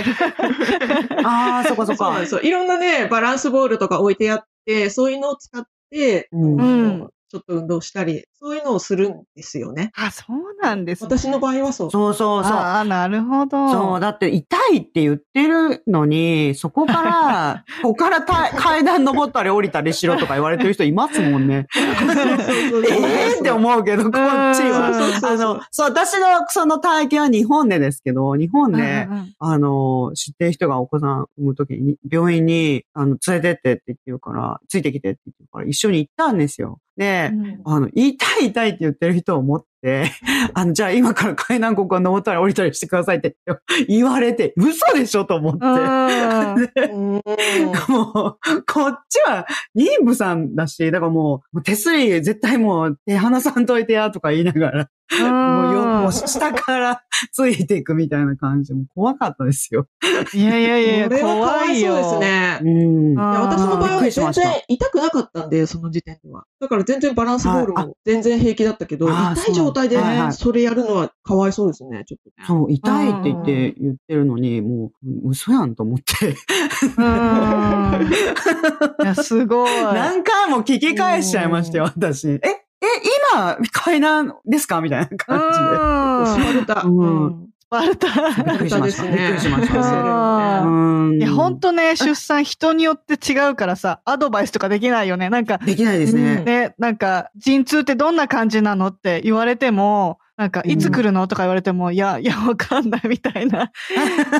[SPEAKER 1] ら。
[SPEAKER 2] ああ、そこそ
[SPEAKER 3] あのそう
[SPEAKER 2] こ
[SPEAKER 3] なん。ですよ。いろんなね、バランスボールとか置いてやって、そういうのを使って、
[SPEAKER 2] うん
[SPEAKER 3] あの
[SPEAKER 1] うん
[SPEAKER 3] ちょっと運動したり、そういうのをするんですよね。
[SPEAKER 1] あ、そうなんです、ね。
[SPEAKER 3] 私の場合はそう。
[SPEAKER 2] そうそうそう。
[SPEAKER 1] ああ、なるほど。
[SPEAKER 2] そう、だって痛いって言ってるのに、そこから、ここからた階段登ったり降りたりしろとか言われてる人いますもんね。
[SPEAKER 3] そう
[SPEAKER 2] ええって思うけど、こっちは。
[SPEAKER 1] うん
[SPEAKER 2] あの、そう、私のその体験は日本でですけど、日本
[SPEAKER 1] うんうんうん。
[SPEAKER 2] で、あの、知ってる人がお子さん産むときに、病院に、あの、連れてってって言ってるから、ついてきてって言ってるから、一緒に行ったんですよ。で、
[SPEAKER 1] うん
[SPEAKER 2] あの、痛い痛いって言ってる人を持って、 あの、じゃあ今から階段ここ登ったり降りたりしてくださいって言われて、嘘でしょと思って。
[SPEAKER 1] うん
[SPEAKER 3] うん
[SPEAKER 2] もう、こっちは妊婦さんだし、だからもう、もう手すり絶対もう手離さんといてやとか言いながら、 もうよ、もう下からついていくみたいな感じ、もう怖かったですよ。
[SPEAKER 1] いやいやいや、
[SPEAKER 3] これはか
[SPEAKER 1] 怖
[SPEAKER 3] わい
[SPEAKER 1] い
[SPEAKER 3] そう
[SPEAKER 1] よ。
[SPEAKER 3] ですね。
[SPEAKER 2] うん。
[SPEAKER 1] あ
[SPEAKER 3] いや私の
[SPEAKER 2] び
[SPEAKER 3] 場合
[SPEAKER 2] っ
[SPEAKER 3] は
[SPEAKER 2] くり
[SPEAKER 3] ね
[SPEAKER 2] しま
[SPEAKER 3] 全
[SPEAKER 2] した
[SPEAKER 3] 然痛くなかったんで、その時点では。だから全然バランスボール
[SPEAKER 2] はい
[SPEAKER 3] も全然平気だったけど、
[SPEAKER 2] あー
[SPEAKER 3] 痛い状態で
[SPEAKER 2] そうはいはい
[SPEAKER 3] それやるのはかわいそうですね、ちょっとね。
[SPEAKER 2] そう、痛いって言って、言ってるのに、もう、嘘やんと思って。
[SPEAKER 1] うんいや、すごい。
[SPEAKER 2] 何回も聞き返しちゃいましたよ、私。え、え、今、階段ですかみたいな感じで。
[SPEAKER 1] うん
[SPEAKER 3] スパルタ。
[SPEAKER 2] うん
[SPEAKER 3] うん
[SPEAKER 1] スパルタ。
[SPEAKER 2] びっくりしました。
[SPEAKER 3] 本
[SPEAKER 2] び
[SPEAKER 3] 当ですね
[SPEAKER 2] っくりし まし
[SPEAKER 3] そうです
[SPEAKER 2] た。
[SPEAKER 1] う
[SPEAKER 3] よね
[SPEAKER 2] うん
[SPEAKER 1] いや、本当ね、出産人によって違うからさ、アドバイスとかできないよね。なんか、
[SPEAKER 2] できないです ね。
[SPEAKER 1] ね、なん か、陣痛ってどんな感じなのって言われても、なんか、
[SPEAKER 2] うん
[SPEAKER 1] いつ来るのとか言われても、いや、いや、わかんないみたいな。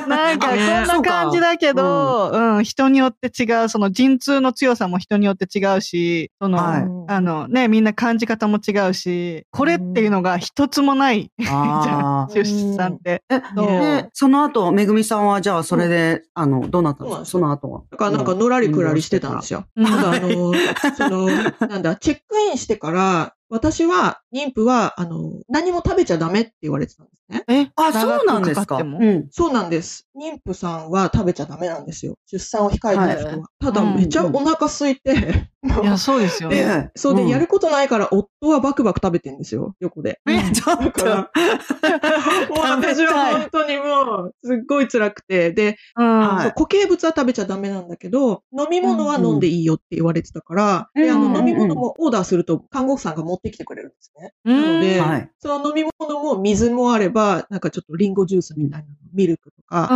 [SPEAKER 1] なんか、こん
[SPEAKER 2] ね
[SPEAKER 1] な感じだけど、うん、人によって違う、その陣痛の強さも人によって違うし、その、
[SPEAKER 2] はい
[SPEAKER 1] あのね、みんな感じ方も違うし、これっていうのが一つもない、
[SPEAKER 2] ああ。
[SPEAKER 1] 出産って。
[SPEAKER 2] え、
[SPEAKER 1] そう
[SPEAKER 2] で、その後、めぐみさんは、じゃあ、それで、あの、どうなったんですか
[SPEAKER 3] そ
[SPEAKER 2] そうの後は。
[SPEAKER 3] だからなんか、のらりくらりしてたんですよ。
[SPEAKER 1] うん
[SPEAKER 3] ただ、あの、その、なんだ、チェックインしてから、私は、妊婦は、あの、何も食べちゃダメって言われてたんですね。
[SPEAKER 1] え
[SPEAKER 2] あ、そうなんです
[SPEAKER 1] 長くか
[SPEAKER 2] か。
[SPEAKER 1] かって
[SPEAKER 2] う
[SPEAKER 1] も
[SPEAKER 2] ん。
[SPEAKER 3] そうなんです。妊婦さんは食べちゃダメなんですよ。出産を控えてる人は。
[SPEAKER 1] はい
[SPEAKER 3] ただ、
[SPEAKER 1] うん
[SPEAKER 3] めちゃお腹空いて、もう
[SPEAKER 1] いや、そうですよね。
[SPEAKER 3] で
[SPEAKER 2] ね
[SPEAKER 3] そうで、
[SPEAKER 2] うん
[SPEAKER 3] やることないから、夫はバクバク食べてんですよ、横で。
[SPEAKER 1] え
[SPEAKER 2] ちょっ
[SPEAKER 3] だか
[SPEAKER 2] と。
[SPEAKER 3] ら、もう私は本当にもう、すっごい辛くて、で、
[SPEAKER 1] うん。
[SPEAKER 2] はい
[SPEAKER 3] そう固形物は食べちゃダメなんだけど、飲み物は飲んでいいよって言われてたから、
[SPEAKER 2] うん
[SPEAKER 3] で、あ
[SPEAKER 1] うん
[SPEAKER 3] の、飲み物もオーダーすると、看護婦さんが持ってきてくれるんですね。
[SPEAKER 1] うん
[SPEAKER 3] で
[SPEAKER 2] はい。
[SPEAKER 3] その飲み物も水もあれば、なんかちょっとリンゴジュースみたいなの、ミルクと
[SPEAKER 1] う
[SPEAKER 3] か、
[SPEAKER 1] ん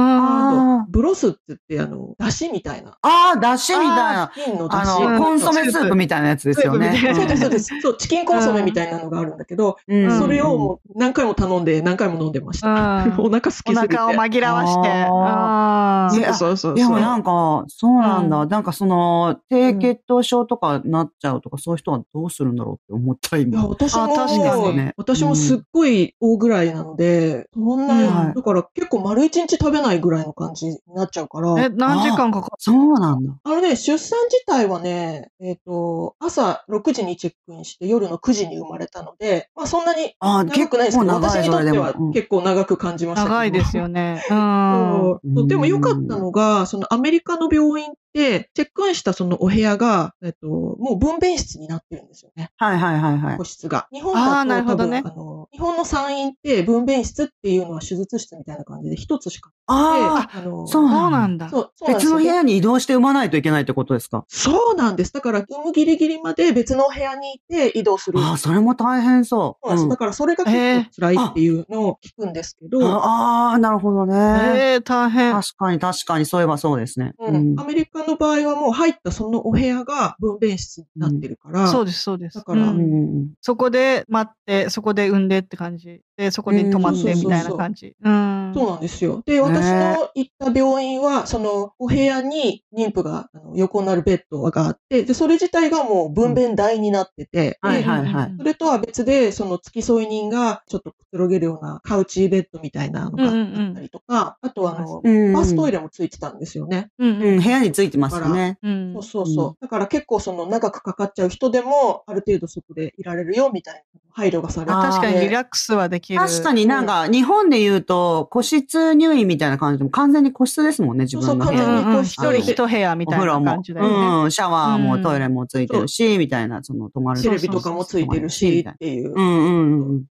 [SPEAKER 2] あ
[SPEAKER 3] ブロスって言って、あの、だしみたいな。
[SPEAKER 2] あ、だしみたいな。
[SPEAKER 3] 金のだし。
[SPEAKER 2] あ
[SPEAKER 1] う
[SPEAKER 2] の、
[SPEAKER 1] ん
[SPEAKER 2] コンソメスープみたいなやつですよね。
[SPEAKER 1] スープみたい。な
[SPEAKER 3] そうです、そうですす。そう、チキンコンソメみたいなのがあるんだけど、
[SPEAKER 2] うん
[SPEAKER 3] それをもう何回も頼んで、何回も飲んでました。
[SPEAKER 1] うん
[SPEAKER 3] お腹空きす
[SPEAKER 1] お
[SPEAKER 3] ぎて。
[SPEAKER 1] 腹を紛らわして。
[SPEAKER 2] あ
[SPEAKER 1] あー
[SPEAKER 2] ー
[SPEAKER 3] そうそうそうそう。
[SPEAKER 2] でもなんか、そうなんだ。
[SPEAKER 1] う
[SPEAKER 2] なんかその、低血糖症とかなっちゃうとか、そういう人はどうするんだろうって思った、
[SPEAKER 3] いや、
[SPEAKER 2] 今。
[SPEAKER 3] 私も
[SPEAKER 1] あ、確かに
[SPEAKER 2] ね
[SPEAKER 3] 私もすっごい大ぐらいなので、そんな、
[SPEAKER 2] うん
[SPEAKER 3] だから結構丸一日食べないぐらいの感じになっちゃうから、
[SPEAKER 1] え、何時間かかる
[SPEAKER 2] そうなんだ。
[SPEAKER 3] あのね、出産自体はね、えっ、と、朝6時にチェックインして夜の9時に生まれたので、まあそんなに
[SPEAKER 2] ああ、
[SPEAKER 3] 長
[SPEAKER 2] 結
[SPEAKER 3] くないです
[SPEAKER 2] 構
[SPEAKER 3] けど、
[SPEAKER 2] 長
[SPEAKER 3] 私
[SPEAKER 2] い、
[SPEAKER 3] に
[SPEAKER 2] そ
[SPEAKER 3] と
[SPEAKER 2] れ
[SPEAKER 3] っ
[SPEAKER 2] で
[SPEAKER 3] て
[SPEAKER 2] も。
[SPEAKER 3] は
[SPEAKER 2] うん
[SPEAKER 3] 結構長く感じましたけど。
[SPEAKER 1] 長いですよね。うん。
[SPEAKER 3] そうそうでも
[SPEAKER 2] うん
[SPEAKER 3] 良かったのが、そのアメリカの病院って、チェックインしたそのお部屋が、えっと、もう分娩室になってるんですよね、
[SPEAKER 2] はいはいはいはい
[SPEAKER 3] 個。室が。日本
[SPEAKER 1] あー
[SPEAKER 3] だ
[SPEAKER 1] なる
[SPEAKER 3] と
[SPEAKER 1] ほ
[SPEAKER 3] 多
[SPEAKER 1] ど
[SPEAKER 3] 分、
[SPEAKER 1] ね
[SPEAKER 3] あの、日本の産院って分娩室っていうのは手術室みたいな感じで一つしかな
[SPEAKER 2] あ
[SPEAKER 3] くて、あの、
[SPEAKER 2] そ
[SPEAKER 1] そう
[SPEAKER 2] う
[SPEAKER 1] なんだ。
[SPEAKER 3] そうそう
[SPEAKER 2] あ、
[SPEAKER 3] なん
[SPEAKER 2] 別
[SPEAKER 3] ですよ
[SPEAKER 2] の部屋に移動して産まないといけないってことですか
[SPEAKER 3] そうなんです。だから、産むギリギリまで別の部屋にいて移動する。
[SPEAKER 2] ああ、それも大変そ
[SPEAKER 3] そう
[SPEAKER 2] う。
[SPEAKER 3] なんです
[SPEAKER 2] うん
[SPEAKER 3] だから、それが結構辛いっていうのを聞くんですけど、
[SPEAKER 2] ああ、なるほどね。
[SPEAKER 1] ええ、大変。
[SPEAKER 2] 確かに確かに、そういえばそうですね。
[SPEAKER 3] うん
[SPEAKER 2] うん
[SPEAKER 3] アメリカの場合はもう入ったそのお部屋が分娩室になってるから、
[SPEAKER 1] そうです、そうです。
[SPEAKER 3] だから
[SPEAKER 1] う
[SPEAKER 2] うんん
[SPEAKER 1] そこで待って、そこで産んでって感じ。で、そこで泊まってみたいな感じ。うん。ん
[SPEAKER 3] そうなんですよ。で、私の行った病院は、そのお部屋に妊婦があの横になるベッドがあって、で、それ自体がもう分娩台になってて、
[SPEAKER 2] はいはいは
[SPEAKER 1] う
[SPEAKER 2] い
[SPEAKER 1] ん。
[SPEAKER 3] それとは別で、その付き添い人がちょっとくつろげるようなカウチベッドみたいなのが
[SPEAKER 1] うんうんうん
[SPEAKER 3] あったりとか、あとはあの、
[SPEAKER 2] うん。
[SPEAKER 3] バストイ
[SPEAKER 2] レ。
[SPEAKER 3] レもついてたんですよね。
[SPEAKER 1] うん
[SPEAKER 2] うん、部屋についてますよね。
[SPEAKER 1] うん
[SPEAKER 3] そうそうそうう。だから結構その長くかかっちゃう人でも、ある程度そこでいられるよみたいな配慮がされて
[SPEAKER 2] あ
[SPEAKER 3] て。
[SPEAKER 1] 確かにリラックスはできる。
[SPEAKER 2] 確かになんか、日本で言うと、個室入院みたいな感じでも完全に個室ですもんね、自分の部
[SPEAKER 3] そうそう完全
[SPEAKER 2] 屋
[SPEAKER 3] に。
[SPEAKER 1] うんうん、一人
[SPEAKER 2] あの
[SPEAKER 1] 一部屋み
[SPEAKER 2] お
[SPEAKER 1] たい
[SPEAKER 2] 風呂
[SPEAKER 1] な
[SPEAKER 2] も
[SPEAKER 1] 感、じだよね。
[SPEAKER 2] うん、シャワー
[SPEAKER 1] う
[SPEAKER 2] も
[SPEAKER 1] ん
[SPEAKER 2] トイレもついてるし、みたいな、その、泊まる。
[SPEAKER 3] テレビとかもついてるし
[SPEAKER 2] そう
[SPEAKER 3] っていう
[SPEAKER 2] そうそう。うんうんうん。
[SPEAKER 3] で
[SPEAKER 1] で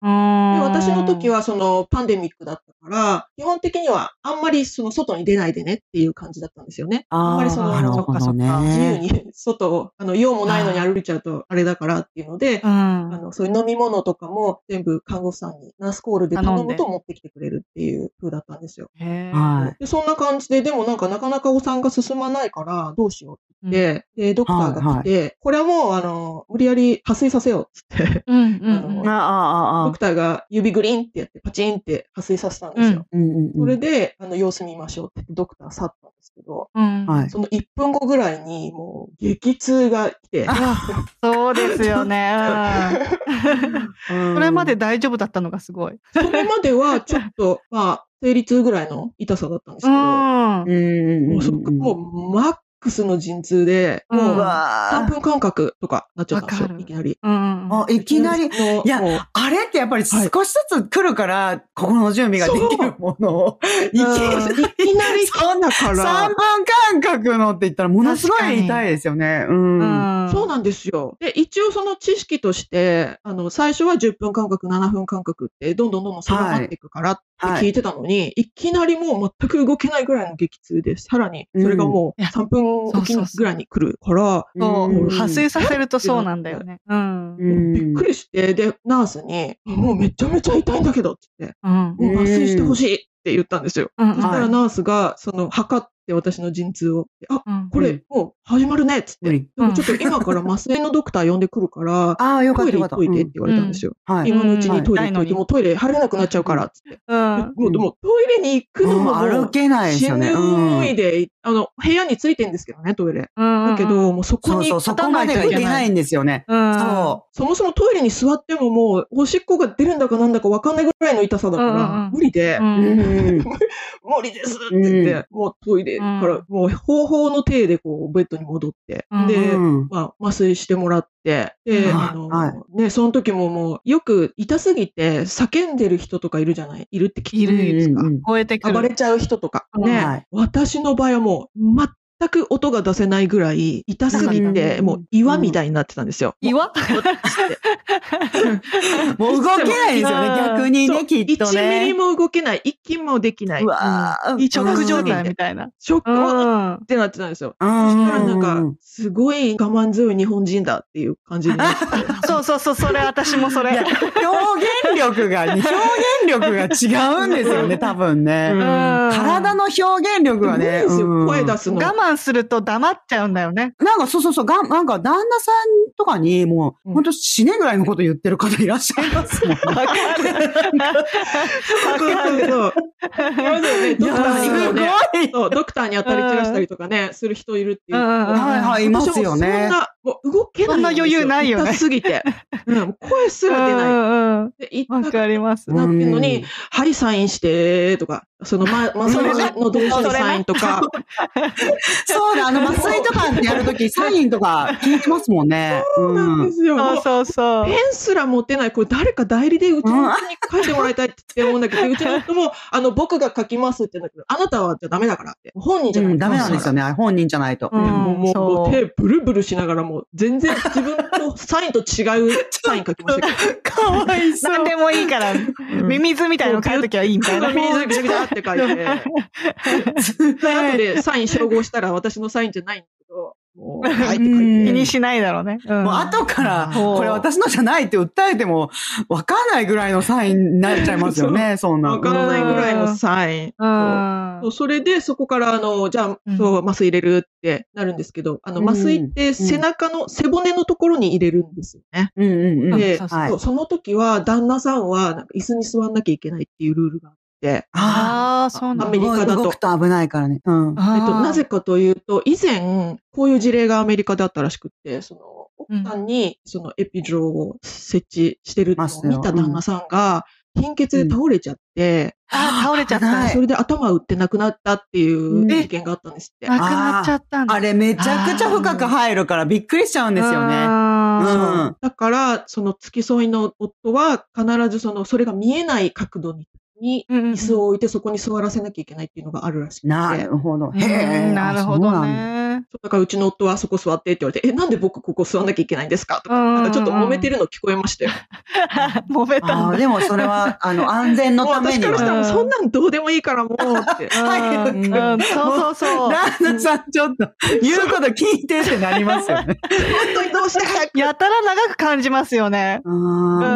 [SPEAKER 3] 私の時、はそのパンデミックだったから、基本的にはあんまりその外に出ないでねっていう感じだったんですよね。
[SPEAKER 2] あ
[SPEAKER 3] んまりそ
[SPEAKER 2] あ、
[SPEAKER 3] の
[SPEAKER 2] なるほど
[SPEAKER 3] 自由
[SPEAKER 2] ね。
[SPEAKER 3] に外を、あの、用もないのに歩いちゃうとあれだからっていうの
[SPEAKER 1] う
[SPEAKER 3] で、あ
[SPEAKER 1] ん、
[SPEAKER 3] の、そういう飲み物とかも全部看護婦さんにナースコールで頼むと持ってきてくれるっていう風だったんですよ。
[SPEAKER 1] へー
[SPEAKER 2] は
[SPEAKER 3] でそんな感じで、でもなんかなかなかお産が進まないからどうしようって、で、ドクターが来て、これはもうあの、無理やり破水させようっつって。
[SPEAKER 1] うんう
[SPEAKER 3] あ
[SPEAKER 1] ん
[SPEAKER 3] の
[SPEAKER 2] い。ああ、ああ、
[SPEAKER 3] ド
[SPEAKER 2] あ
[SPEAKER 3] クターが指グリーンってやって、パチンって破水させたんですよ。
[SPEAKER 2] うんうんうん。
[SPEAKER 3] それで、あの、様子見ましょうって、ドクター去ったんですけど、
[SPEAKER 1] うん。
[SPEAKER 2] はい。
[SPEAKER 3] その1分後ぐらいに、もう、激痛が来て、
[SPEAKER 1] そうですよね。うん、
[SPEAKER 2] そ
[SPEAKER 1] それまで大丈夫だったのがすごい。
[SPEAKER 3] それまでは、ちょっと、 まあ、生理痛ぐらいの痛さだったんです
[SPEAKER 1] う
[SPEAKER 3] けど、
[SPEAKER 1] ん。うん
[SPEAKER 2] うんうんうん
[SPEAKER 3] もうそっ
[SPEAKER 2] う
[SPEAKER 3] か
[SPEAKER 2] ん。
[SPEAKER 3] もう、マックスの陣痛で、
[SPEAKER 1] うん
[SPEAKER 3] もう、3
[SPEAKER 2] わ
[SPEAKER 3] 分間隔とかなっちゃったんです
[SPEAKER 1] わか
[SPEAKER 3] よ、
[SPEAKER 1] る
[SPEAKER 3] いきなり。
[SPEAKER 1] うん。
[SPEAKER 2] あ、いきなり、いや
[SPEAKER 3] もう
[SPEAKER 2] あれってやっぱり少しずつ来るから、ここの準備ができるものを、 いき
[SPEAKER 3] うんいきなり来 たか
[SPEAKER 2] 3
[SPEAKER 3] ら
[SPEAKER 2] 分、間隔のって言ったらものすごい痛いですよね。うん。うん
[SPEAKER 3] そうなんですよ。で、一応その知識として、あの、最初は10分間隔、7分間隔って、どんどんどんどん定まっていくからって
[SPEAKER 2] はい
[SPEAKER 3] 聞いてたのに、いきなりもう全く動けないぐらいの激痛で、さらに、それがもう
[SPEAKER 1] うん
[SPEAKER 3] 3分おきぐらいに来るから、
[SPEAKER 1] そう
[SPEAKER 3] うん
[SPEAKER 1] 破水させるとそうなんだよね。うん。
[SPEAKER 2] う
[SPEAKER 3] びっ
[SPEAKER 2] ん
[SPEAKER 3] くりして、で、ナースに、もうめちゃめちゃ痛いんだけどって言って、
[SPEAKER 1] うん。
[SPEAKER 3] もう麻酔してほしいって言ったんですよ。
[SPEAKER 1] うん
[SPEAKER 3] そし
[SPEAKER 2] は
[SPEAKER 3] た
[SPEAKER 2] い
[SPEAKER 3] らナースが、その、測って私の陣痛を、あ、
[SPEAKER 1] うん
[SPEAKER 3] これもう始まるねっつって
[SPEAKER 2] 無。理
[SPEAKER 3] でもちょっと今から麻酔のドクター呼んでくるから、
[SPEAKER 2] ああ、よかっ
[SPEAKER 3] ト
[SPEAKER 2] た
[SPEAKER 3] イレ
[SPEAKER 2] よか
[SPEAKER 3] 行っ
[SPEAKER 2] った。
[SPEAKER 3] といてって言われたんですよ。
[SPEAKER 2] うんはい。
[SPEAKER 3] 今のうち
[SPEAKER 1] う
[SPEAKER 3] に
[SPEAKER 1] ん
[SPEAKER 3] トイレ行っといて、
[SPEAKER 1] うん
[SPEAKER 3] もうトイレ入れなくなっちゃうからっつって。
[SPEAKER 1] うん。
[SPEAKER 3] もうでもトイレに行くのもも
[SPEAKER 2] 歩
[SPEAKER 3] う
[SPEAKER 2] けないです
[SPEAKER 3] 死
[SPEAKER 2] よ
[SPEAKER 3] ぬ
[SPEAKER 2] ね。う
[SPEAKER 3] 思い
[SPEAKER 2] ん。
[SPEAKER 3] で、あの、部屋についてんですけどね、トイレ。
[SPEAKER 1] うん。
[SPEAKER 3] だけど、、もうそこ
[SPEAKER 2] そう
[SPEAKER 3] に
[SPEAKER 2] そう、そこまでがいけないんですよね。
[SPEAKER 1] うん。
[SPEAKER 2] そ
[SPEAKER 3] そもそもトイレに座ってももう、おしっこが出るんだかなんだかわかんないぐらいの痛さだか
[SPEAKER 1] うんうんう
[SPEAKER 3] ら
[SPEAKER 1] ん、
[SPEAKER 3] 無理で
[SPEAKER 1] う。。
[SPEAKER 2] う。うんん。
[SPEAKER 3] 無理ですって言って、もうトイレから、もう方法の体でこう、ベッドに戻って
[SPEAKER 1] うん。
[SPEAKER 3] で、
[SPEAKER 2] うん
[SPEAKER 3] まあ、麻酔してもらって、で、
[SPEAKER 1] うん
[SPEAKER 3] あの、
[SPEAKER 2] はい
[SPEAKER 3] ね、その時ももう、よく痛すぎて叫んでる人とかいるじゃないいるって聞く
[SPEAKER 1] いるいる
[SPEAKER 2] うんうん
[SPEAKER 1] 超えてく
[SPEAKER 3] 暴れ
[SPEAKER 1] る。
[SPEAKER 3] ちゃう人とか。ね、
[SPEAKER 2] はい
[SPEAKER 3] 私の場合はもう、全く音が出せないぐらい、痛すぎて、
[SPEAKER 2] うん
[SPEAKER 3] もう岩みたいになってたんですよ。
[SPEAKER 1] 岩
[SPEAKER 2] もう動けないですよね、
[SPEAKER 1] うん
[SPEAKER 2] 逆に
[SPEAKER 3] そう
[SPEAKER 2] ね、きっと
[SPEAKER 3] 1ミリ
[SPEAKER 2] ね。。
[SPEAKER 3] も動けない。息もできないう
[SPEAKER 2] わー
[SPEAKER 3] 一
[SPEAKER 1] 直
[SPEAKER 3] 直
[SPEAKER 1] 状
[SPEAKER 3] 状
[SPEAKER 1] 態
[SPEAKER 3] 態
[SPEAKER 1] みたいな。
[SPEAKER 3] ショック
[SPEAKER 1] う
[SPEAKER 3] っ
[SPEAKER 1] ん。
[SPEAKER 3] てなってたんですよ。
[SPEAKER 2] う
[SPEAKER 3] そ
[SPEAKER 2] ん
[SPEAKER 3] したらなんか、すごい我慢強い日本人だっていう感じになって。
[SPEAKER 1] そうそうそう、それ、私もそ
[SPEAKER 2] い
[SPEAKER 1] れ
[SPEAKER 2] や。表現力が、表現力が違うんですよね、多分ね。
[SPEAKER 3] うん
[SPEAKER 2] 体
[SPEAKER 1] 体の
[SPEAKER 2] の表現力がね。
[SPEAKER 3] すごいですよ
[SPEAKER 2] うん
[SPEAKER 3] 声出すの。
[SPEAKER 1] 我慢すると黙っちゃうんだよね。
[SPEAKER 2] なんかそうそうそう、がなんか旦那さんとかにもう、
[SPEAKER 3] うん
[SPEAKER 2] ほんと死ねぐらいのこと言ってる方いらっしゃいますもん。
[SPEAKER 1] わか
[SPEAKER 3] そうそうそう。い
[SPEAKER 1] る。
[SPEAKER 3] ますよね。
[SPEAKER 2] い
[SPEAKER 3] ド
[SPEAKER 2] や
[SPEAKER 3] クターに
[SPEAKER 2] す
[SPEAKER 3] こ
[SPEAKER 2] ご
[SPEAKER 3] う
[SPEAKER 2] い
[SPEAKER 3] ね。そう、ドクターに当たり散らしたりとかね、する人いるっていう。
[SPEAKER 1] うんうんうん
[SPEAKER 2] はいはい、いま
[SPEAKER 3] 私も
[SPEAKER 2] すよね
[SPEAKER 3] そん。な、もう動けないんですよ。
[SPEAKER 1] そんな余裕ないよね
[SPEAKER 3] 痛すぎて。うん、もう声すら出ない。
[SPEAKER 1] ない。
[SPEAKER 3] で、痛
[SPEAKER 1] わ
[SPEAKER 3] く
[SPEAKER 1] かります。
[SPEAKER 3] なってんのに、はい、サインして、とか、その、ま、マッサージの
[SPEAKER 1] そ
[SPEAKER 3] 同士
[SPEAKER 1] れ
[SPEAKER 3] に
[SPEAKER 1] ね
[SPEAKER 3] サインとか、
[SPEAKER 2] そうだ、あの、麻酔とかやるとき、サインとか聞いてますもんね。
[SPEAKER 3] そうなんですよ。
[SPEAKER 1] そう
[SPEAKER 3] もう
[SPEAKER 1] そうそう
[SPEAKER 3] ペ。ンすら持ってない。これ誰か代理でうちの夫に書いてもらいたいって思うんだけど、でうちの夫も、あの、僕が書きますって言うんだけど、あなたはじゃダメだからって。本人じゃ
[SPEAKER 2] う
[SPEAKER 3] ない
[SPEAKER 2] ん、ダメなんですよね。本人じゃないと。
[SPEAKER 1] うん
[SPEAKER 3] もうもう
[SPEAKER 1] そう
[SPEAKER 3] もう手ブルブルしながらもう全然自分のサインと違うサイン書きましたけ
[SPEAKER 2] かわいそう。
[SPEAKER 1] 何でもいいから、
[SPEAKER 3] ど。
[SPEAKER 1] ミミズみたいなの買うときはいいみたいな。
[SPEAKER 3] ミミズビシャビシャって書いて、で後でサイン照合したら私のサインじゃないんだけど、もう、はいって書
[SPEAKER 2] うん
[SPEAKER 1] 気
[SPEAKER 3] い
[SPEAKER 1] に
[SPEAKER 3] て。
[SPEAKER 1] しないだろうね。
[SPEAKER 2] もう
[SPEAKER 1] と
[SPEAKER 2] 後から、
[SPEAKER 1] そう
[SPEAKER 2] これ私のじゃないって訴えても、わかんないぐらいのサインになっちゃいますよね、 そんな。
[SPEAKER 3] わからないぐらいのサイン。
[SPEAKER 1] うん
[SPEAKER 3] そうそれで、そこから、あの、じゃ
[SPEAKER 1] うん
[SPEAKER 3] あ、そう、麻酔入れるってなるんですけど、あ
[SPEAKER 2] う
[SPEAKER 3] の、
[SPEAKER 2] ん
[SPEAKER 3] 麻酔って背中の、背骨のところに入れるんですよね。
[SPEAKER 2] うんうんうん。
[SPEAKER 3] で、
[SPEAKER 1] そう
[SPEAKER 2] はい
[SPEAKER 3] そうその時は、旦那さんは、なんか椅子に座んなきゃいけないっていうルールがあって、
[SPEAKER 2] あ
[SPEAKER 1] ああ、そうな
[SPEAKER 2] あ、
[SPEAKER 1] ん
[SPEAKER 3] ア
[SPEAKER 1] だ
[SPEAKER 3] メ。リカだと
[SPEAKER 2] 動くと危ないからね。うん。
[SPEAKER 3] え
[SPEAKER 1] え
[SPEAKER 3] っと、なぜかというと、以前、こういう事例がアメリカであったらしくって、その、
[SPEAKER 1] うん
[SPEAKER 3] 奥さんに、そのエピジローを設置してるのを見た旦那さんが、貧血で倒れちゃって、
[SPEAKER 1] あー倒れちゃった。
[SPEAKER 2] は
[SPEAKER 1] ない
[SPEAKER 3] それで頭打って亡くなったっていう
[SPEAKER 1] え
[SPEAKER 3] 事件があったんですって。
[SPEAKER 1] くなっちゃったんだ。
[SPEAKER 2] あれめちゃくちゃ深く入るからびっくりしちゃうんですよね。
[SPEAKER 1] ね。
[SPEAKER 2] うん。
[SPEAKER 3] だから、その付き添いの夫は、必ずその、それが見えない角度に、に
[SPEAKER 1] うんうんうん
[SPEAKER 3] 椅子を置いて、そこに座らせなきゃいけないっていうのがあるらしくて。
[SPEAKER 2] なるほど。へ
[SPEAKER 1] う
[SPEAKER 2] え。
[SPEAKER 1] んなるほどね。
[SPEAKER 3] そうだからうちの夫はそこ座ってって言われて、え、なんで僕ここ座んなきゃいけないんですかとか、
[SPEAKER 1] うんうんうん
[SPEAKER 3] なんかちょっと揉めてるの聞こえましたよ。
[SPEAKER 1] 揉めた
[SPEAKER 2] あそうなんだ
[SPEAKER 1] ん
[SPEAKER 2] あー
[SPEAKER 1] だ。
[SPEAKER 2] でもそれは、あの、安全の
[SPEAKER 3] もう
[SPEAKER 2] ため
[SPEAKER 3] 私
[SPEAKER 2] に
[SPEAKER 3] からした
[SPEAKER 2] は。
[SPEAKER 3] らもうそんなんどうでもいいからもうって。
[SPEAKER 2] 早く
[SPEAKER 1] うんうんそうそう そう。
[SPEAKER 2] 旦那さん、ちょっと、言うこと聞いてってなりますよね。
[SPEAKER 3] 本当にどうして早く。
[SPEAKER 1] やたら長く感じますよね。
[SPEAKER 2] ああ、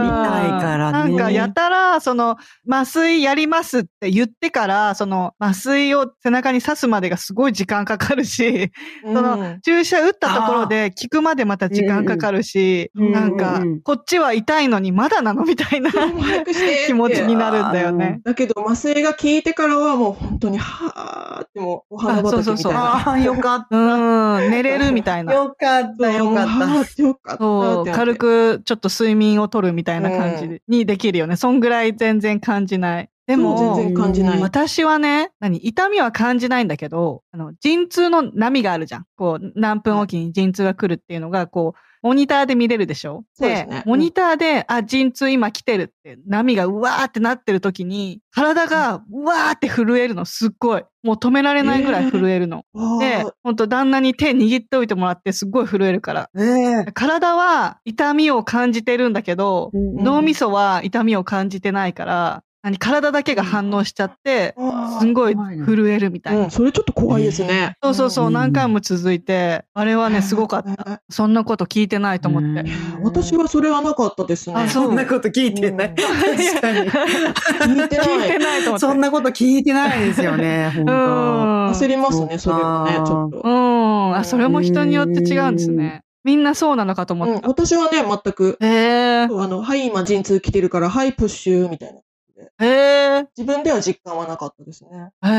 [SPEAKER 2] 見たいからね。
[SPEAKER 1] なんかやたら、その、麻酔やりますって言ってから、その、麻酔を背中に刺すまでがすごい時間かかるし、
[SPEAKER 3] そ
[SPEAKER 1] の注射打ったところで効くまでまた時間かかるし、
[SPEAKER 2] うんうん
[SPEAKER 1] なんか
[SPEAKER 2] うんうん、
[SPEAKER 1] こっちは痛いのにまだなのみたい な
[SPEAKER 3] 早くしてって
[SPEAKER 1] 気持ちになるんだよね。
[SPEAKER 3] だけど、麻酔が効いてからはもう本当に、はーってもうお花
[SPEAKER 1] あそう
[SPEAKER 3] 畑
[SPEAKER 1] そう
[SPEAKER 3] み
[SPEAKER 1] そ
[SPEAKER 3] た
[SPEAKER 1] う
[SPEAKER 3] いな。
[SPEAKER 2] ああ、よかっ
[SPEAKER 1] うん、寝れるみたい
[SPEAKER 2] た。
[SPEAKER 1] な。
[SPEAKER 2] よかった、
[SPEAKER 3] そう
[SPEAKER 2] よ
[SPEAKER 3] もう
[SPEAKER 2] か
[SPEAKER 3] は
[SPEAKER 2] っ
[SPEAKER 3] ーよかった。
[SPEAKER 1] そう、軽。くちょっと睡眠を取るみたいな感じにできるよね。そんぐらい全然感じない。で
[SPEAKER 3] もう
[SPEAKER 1] も、
[SPEAKER 3] 全然感じない。
[SPEAKER 1] 私はね、何、痛みは感じないんだけど、あの、陣痛の波があるじゃん。こう、何分おきに陣痛が来るっていうのが、こう、モニターで見れるでしょ
[SPEAKER 3] そうですねうん
[SPEAKER 1] モニターで、あ、陣痛今来てるって、波がうわーってなってる時に、体がうわーって震えるの、すっごい。もう止められないぐらい震えるの。
[SPEAKER 3] あー
[SPEAKER 1] で、ほんと旦那に手握っておいてもらって、すっごい震えるから。
[SPEAKER 2] た。ええ。
[SPEAKER 1] 体は痛みを感じてるんだけど、
[SPEAKER 3] うん
[SPEAKER 1] 脳みそは痛みを感じてないから、何体だけが反応しちゃって、
[SPEAKER 3] あ
[SPEAKER 1] すん
[SPEAKER 3] ー
[SPEAKER 1] ごい震えるみたいな。
[SPEAKER 3] うん、それちょっと怖いですね。
[SPEAKER 1] そうそうそう、
[SPEAKER 2] うん
[SPEAKER 1] 何回も続いて、あれはね、すごかった。
[SPEAKER 3] た。
[SPEAKER 1] そんなこと聞いてないと思っ
[SPEAKER 2] うん
[SPEAKER 1] て。
[SPEAKER 3] 私はそれはなかったですね。
[SPEAKER 1] あそう
[SPEAKER 2] そんなこと聞いてない。
[SPEAKER 3] うん
[SPEAKER 2] 確かに。
[SPEAKER 3] 聞いて
[SPEAKER 1] 聞い
[SPEAKER 3] な
[SPEAKER 1] て
[SPEAKER 3] い。
[SPEAKER 1] ない と思って。
[SPEAKER 2] そんなこと聞いてないですよね、本
[SPEAKER 1] う
[SPEAKER 2] 当。
[SPEAKER 1] ん。
[SPEAKER 3] 焦りますね、それはね、ちょっと。
[SPEAKER 1] うん。あ、それも人によって違うんですね。みんなそうなのかと思
[SPEAKER 3] うん
[SPEAKER 1] っ、た。
[SPEAKER 3] 私はね、全く、
[SPEAKER 1] へえ
[SPEAKER 3] そうあの、はい、今、陣痛来てるから、はい、プッシュ、みたいな。
[SPEAKER 1] へえ
[SPEAKER 3] 自分では実感はなかったですね。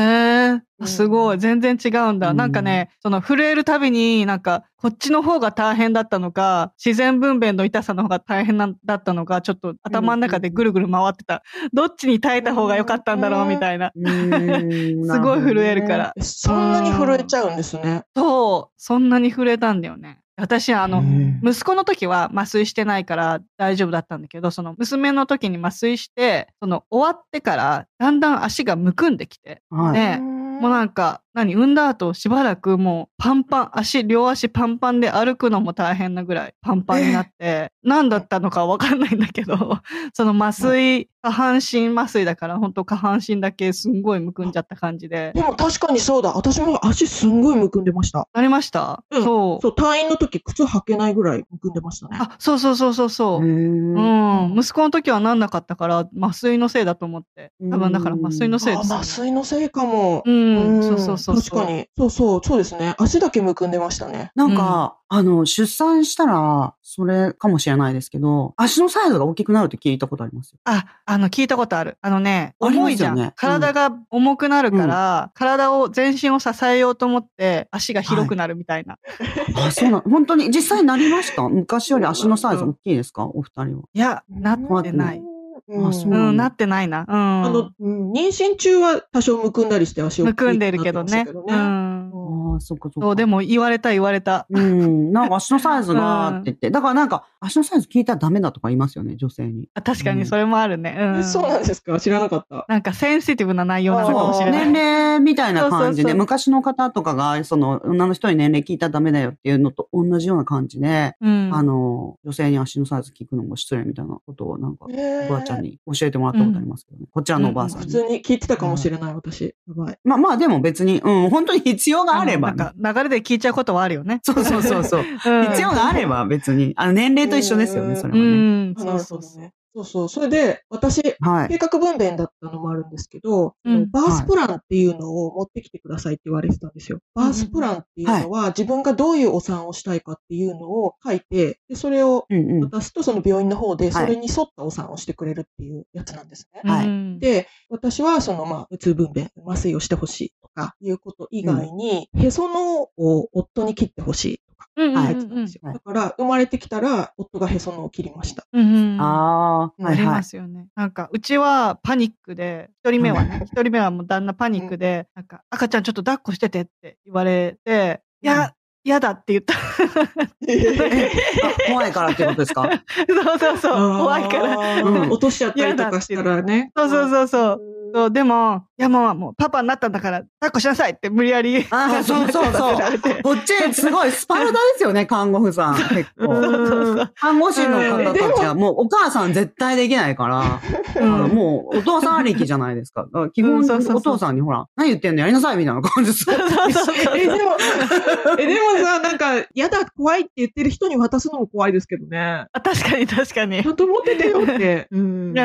[SPEAKER 1] へ
[SPEAKER 3] う
[SPEAKER 1] え
[SPEAKER 3] ん
[SPEAKER 1] すごい。全然違うんだ。
[SPEAKER 2] うん
[SPEAKER 1] なんかね、その震えるたびに、なんか、こっちの方が大変だったのか、自然分娩の痛さの方が大変なんだったのか、ちょっと頭の中でぐるぐる回ってた。どっちに耐えた方が良かったんだろう、みたいな。 す
[SPEAKER 2] す
[SPEAKER 1] ごい震えるか。ら。
[SPEAKER 3] そんなに震えちゃうんですね。
[SPEAKER 1] そう、そんなに震えたんだよね。私、あの、
[SPEAKER 2] うん
[SPEAKER 1] 息子の時は麻酔してないから大丈夫だったんだけど、その娘の時に麻酔して、その終わってからだんだん足がむくんできて、
[SPEAKER 2] はい
[SPEAKER 1] ねもうな
[SPEAKER 3] うん
[SPEAKER 1] か、何、産んだ後しばらくもうパンパン、足、両足パンパンで歩くのも大変なぐらいパンパンになって、何だったのかわかんないんだけど、 その麻酔、下半身麻酔だから、本当下半身だけすんごいむくんじゃった感じで。
[SPEAKER 3] でも確かにそうだ。私も足すんごいむくんでました。
[SPEAKER 1] なりました、
[SPEAKER 3] うん
[SPEAKER 1] そう。
[SPEAKER 3] そう、退院の時、靴履けないぐらいむくんでましたね。
[SPEAKER 1] あ、そうそうそうそうそう。
[SPEAKER 2] うん
[SPEAKER 1] うん、息子の時はなんなかったから麻酔のせいだと思って多分だから麻酔のせい
[SPEAKER 3] あ
[SPEAKER 1] です
[SPEAKER 3] 麻酔のせいかも
[SPEAKER 1] う。ん、そうそうそうそう
[SPEAKER 3] 確かに。そうそう、そうですね。足だけむくんでましたね。
[SPEAKER 2] なんか、あの、出産したら、それかもしれないですけど、足のサイズが大きくなるって聞いたことありますよ。
[SPEAKER 1] ああの聞いたことあるあのね
[SPEAKER 2] ありま
[SPEAKER 1] 重い
[SPEAKER 2] す
[SPEAKER 1] じ
[SPEAKER 2] よ
[SPEAKER 1] ゃん、
[SPEAKER 2] ねうん
[SPEAKER 1] 体が重くなるから、体を全身を支えようと思って足が広くなるみたいな、
[SPEAKER 2] あ、そうなの本当に、実際になりました昔より足のサイズ大きいですかお二人は。
[SPEAKER 1] い、やなってない、
[SPEAKER 3] うん。
[SPEAKER 2] あそうなんだ
[SPEAKER 1] なってないなう
[SPEAKER 3] あ
[SPEAKER 1] ん
[SPEAKER 3] の、うん妊娠中は多少むくんだりして足を
[SPEAKER 1] むくんでるけどね
[SPEAKER 3] 切り
[SPEAKER 1] う
[SPEAKER 3] なってました
[SPEAKER 1] ん
[SPEAKER 3] けどね
[SPEAKER 2] ああ、そっかそっか。
[SPEAKER 1] そうでも言われた言われた
[SPEAKER 2] うん、なんか足のサイズが
[SPEAKER 1] うん
[SPEAKER 2] って言って、だからなんか足のサイズ聞いたらダメだとか言いますよね、女性に。
[SPEAKER 1] あ確かにそれもあるね、うん
[SPEAKER 3] えそうなんですか知らなかった。
[SPEAKER 1] なんかセンシティブな内容なのかもし
[SPEAKER 2] そ
[SPEAKER 1] れ
[SPEAKER 2] う、
[SPEAKER 1] ない
[SPEAKER 2] 年齢みたいな感じ
[SPEAKER 1] そうそう
[SPEAKER 2] で、
[SPEAKER 1] そう
[SPEAKER 2] 昔の方とかが、その、女の人に年齢聞いたらダメだよっていうのと同じような感じで、
[SPEAKER 1] うん
[SPEAKER 2] あの、女性に足のサイズ聞くのも失礼みたいなことをなんか、
[SPEAKER 3] え
[SPEAKER 2] おばあちゃんに教えてもらったことありますけどね。こちらのおばあさん
[SPEAKER 3] 普
[SPEAKER 2] に。
[SPEAKER 3] 通に聞いてたかもしれない、私。やばい。
[SPEAKER 2] まあまあでも別に、うん、本当に必要があれ
[SPEAKER 1] う
[SPEAKER 2] ば、
[SPEAKER 1] ん
[SPEAKER 2] ね
[SPEAKER 1] な。んか流れで聞いちゃうことはあるよね。
[SPEAKER 2] そ うそうそうそう。
[SPEAKER 1] 必
[SPEAKER 2] 必要があれば別に、あの、年齢と一緒ですよね、それは
[SPEAKER 1] う
[SPEAKER 2] ね。
[SPEAKER 1] ん。
[SPEAKER 3] あ
[SPEAKER 1] そ
[SPEAKER 3] な
[SPEAKER 1] う
[SPEAKER 3] る
[SPEAKER 1] そ
[SPEAKER 3] ほ
[SPEAKER 1] う
[SPEAKER 3] ど
[SPEAKER 1] そう。
[SPEAKER 3] ね。そうそう。それで、私、
[SPEAKER 2] はい。
[SPEAKER 3] 計画分娩だったのもあるんですけど、
[SPEAKER 1] うん
[SPEAKER 3] バースプランっていうのを持ってきてくださいって言われてたんですよ。
[SPEAKER 1] うん
[SPEAKER 3] バースプランっていうのは、自分がどういうお産をしたいかっていうのを書いて、でそれを
[SPEAKER 2] うんうん。
[SPEAKER 3] 私とその病院の方で、
[SPEAKER 2] はい
[SPEAKER 3] それに沿ったお産をしてくれるっていうやつなんですね。
[SPEAKER 2] はい
[SPEAKER 1] うん
[SPEAKER 3] で、私はその、まあ、無痛分娩、麻酔をしてほしいとか、いうこと以外に、へその緒を夫に切ってほしいとか
[SPEAKER 1] うん
[SPEAKER 3] 書いてたんですよ。
[SPEAKER 2] はい
[SPEAKER 3] だから、生まれてきたら、夫がへその緒を切りました。
[SPEAKER 1] うんうん
[SPEAKER 2] ああ、
[SPEAKER 1] あ
[SPEAKER 2] はい
[SPEAKER 1] り
[SPEAKER 2] は
[SPEAKER 1] ま
[SPEAKER 2] い。
[SPEAKER 1] すよね。なんか、うちはパニックで、一人目はね、一人目はもう旦那パニックで、なんか、赤ちゃんちょっと抱っこしててって言われて、いや、嫌だって言った。
[SPEAKER 2] あ怖いからってことですか
[SPEAKER 1] そうそうそう、怖いから。
[SPEAKER 3] ら
[SPEAKER 2] うん
[SPEAKER 3] 落としちゃったりとかしたらね。
[SPEAKER 1] そうそうそうそう。
[SPEAKER 3] う
[SPEAKER 1] そ。うでも、いやもう、もうパパになったんだから、抱っこしなさいって無理やり。
[SPEAKER 2] あーそうそうそ
[SPEAKER 1] さ
[SPEAKER 2] う
[SPEAKER 1] せられて
[SPEAKER 2] こっち、すごい、スパルタですよね、看護婦さん。結
[SPEAKER 1] そう
[SPEAKER 2] 構。
[SPEAKER 1] そうそう。
[SPEAKER 2] 看護師の方たちは、もうお母さん絶対できないから、
[SPEAKER 1] う
[SPEAKER 2] あの
[SPEAKER 1] ん
[SPEAKER 2] もうお父さんありきじゃないですか。だから基本、
[SPEAKER 1] うんそうそうそう
[SPEAKER 2] お父さんにほら、何言ってんのやりなさいみたいな感じです。
[SPEAKER 1] そうそうそう
[SPEAKER 3] え、でも、 え、でも さ、なんか、やだ、怖いって言ってる人に渡すのも怖いですけどね。
[SPEAKER 1] あ確かに確かに。
[SPEAKER 3] ちゃんと持っててよ って。う。
[SPEAKER 1] うん。
[SPEAKER 2] う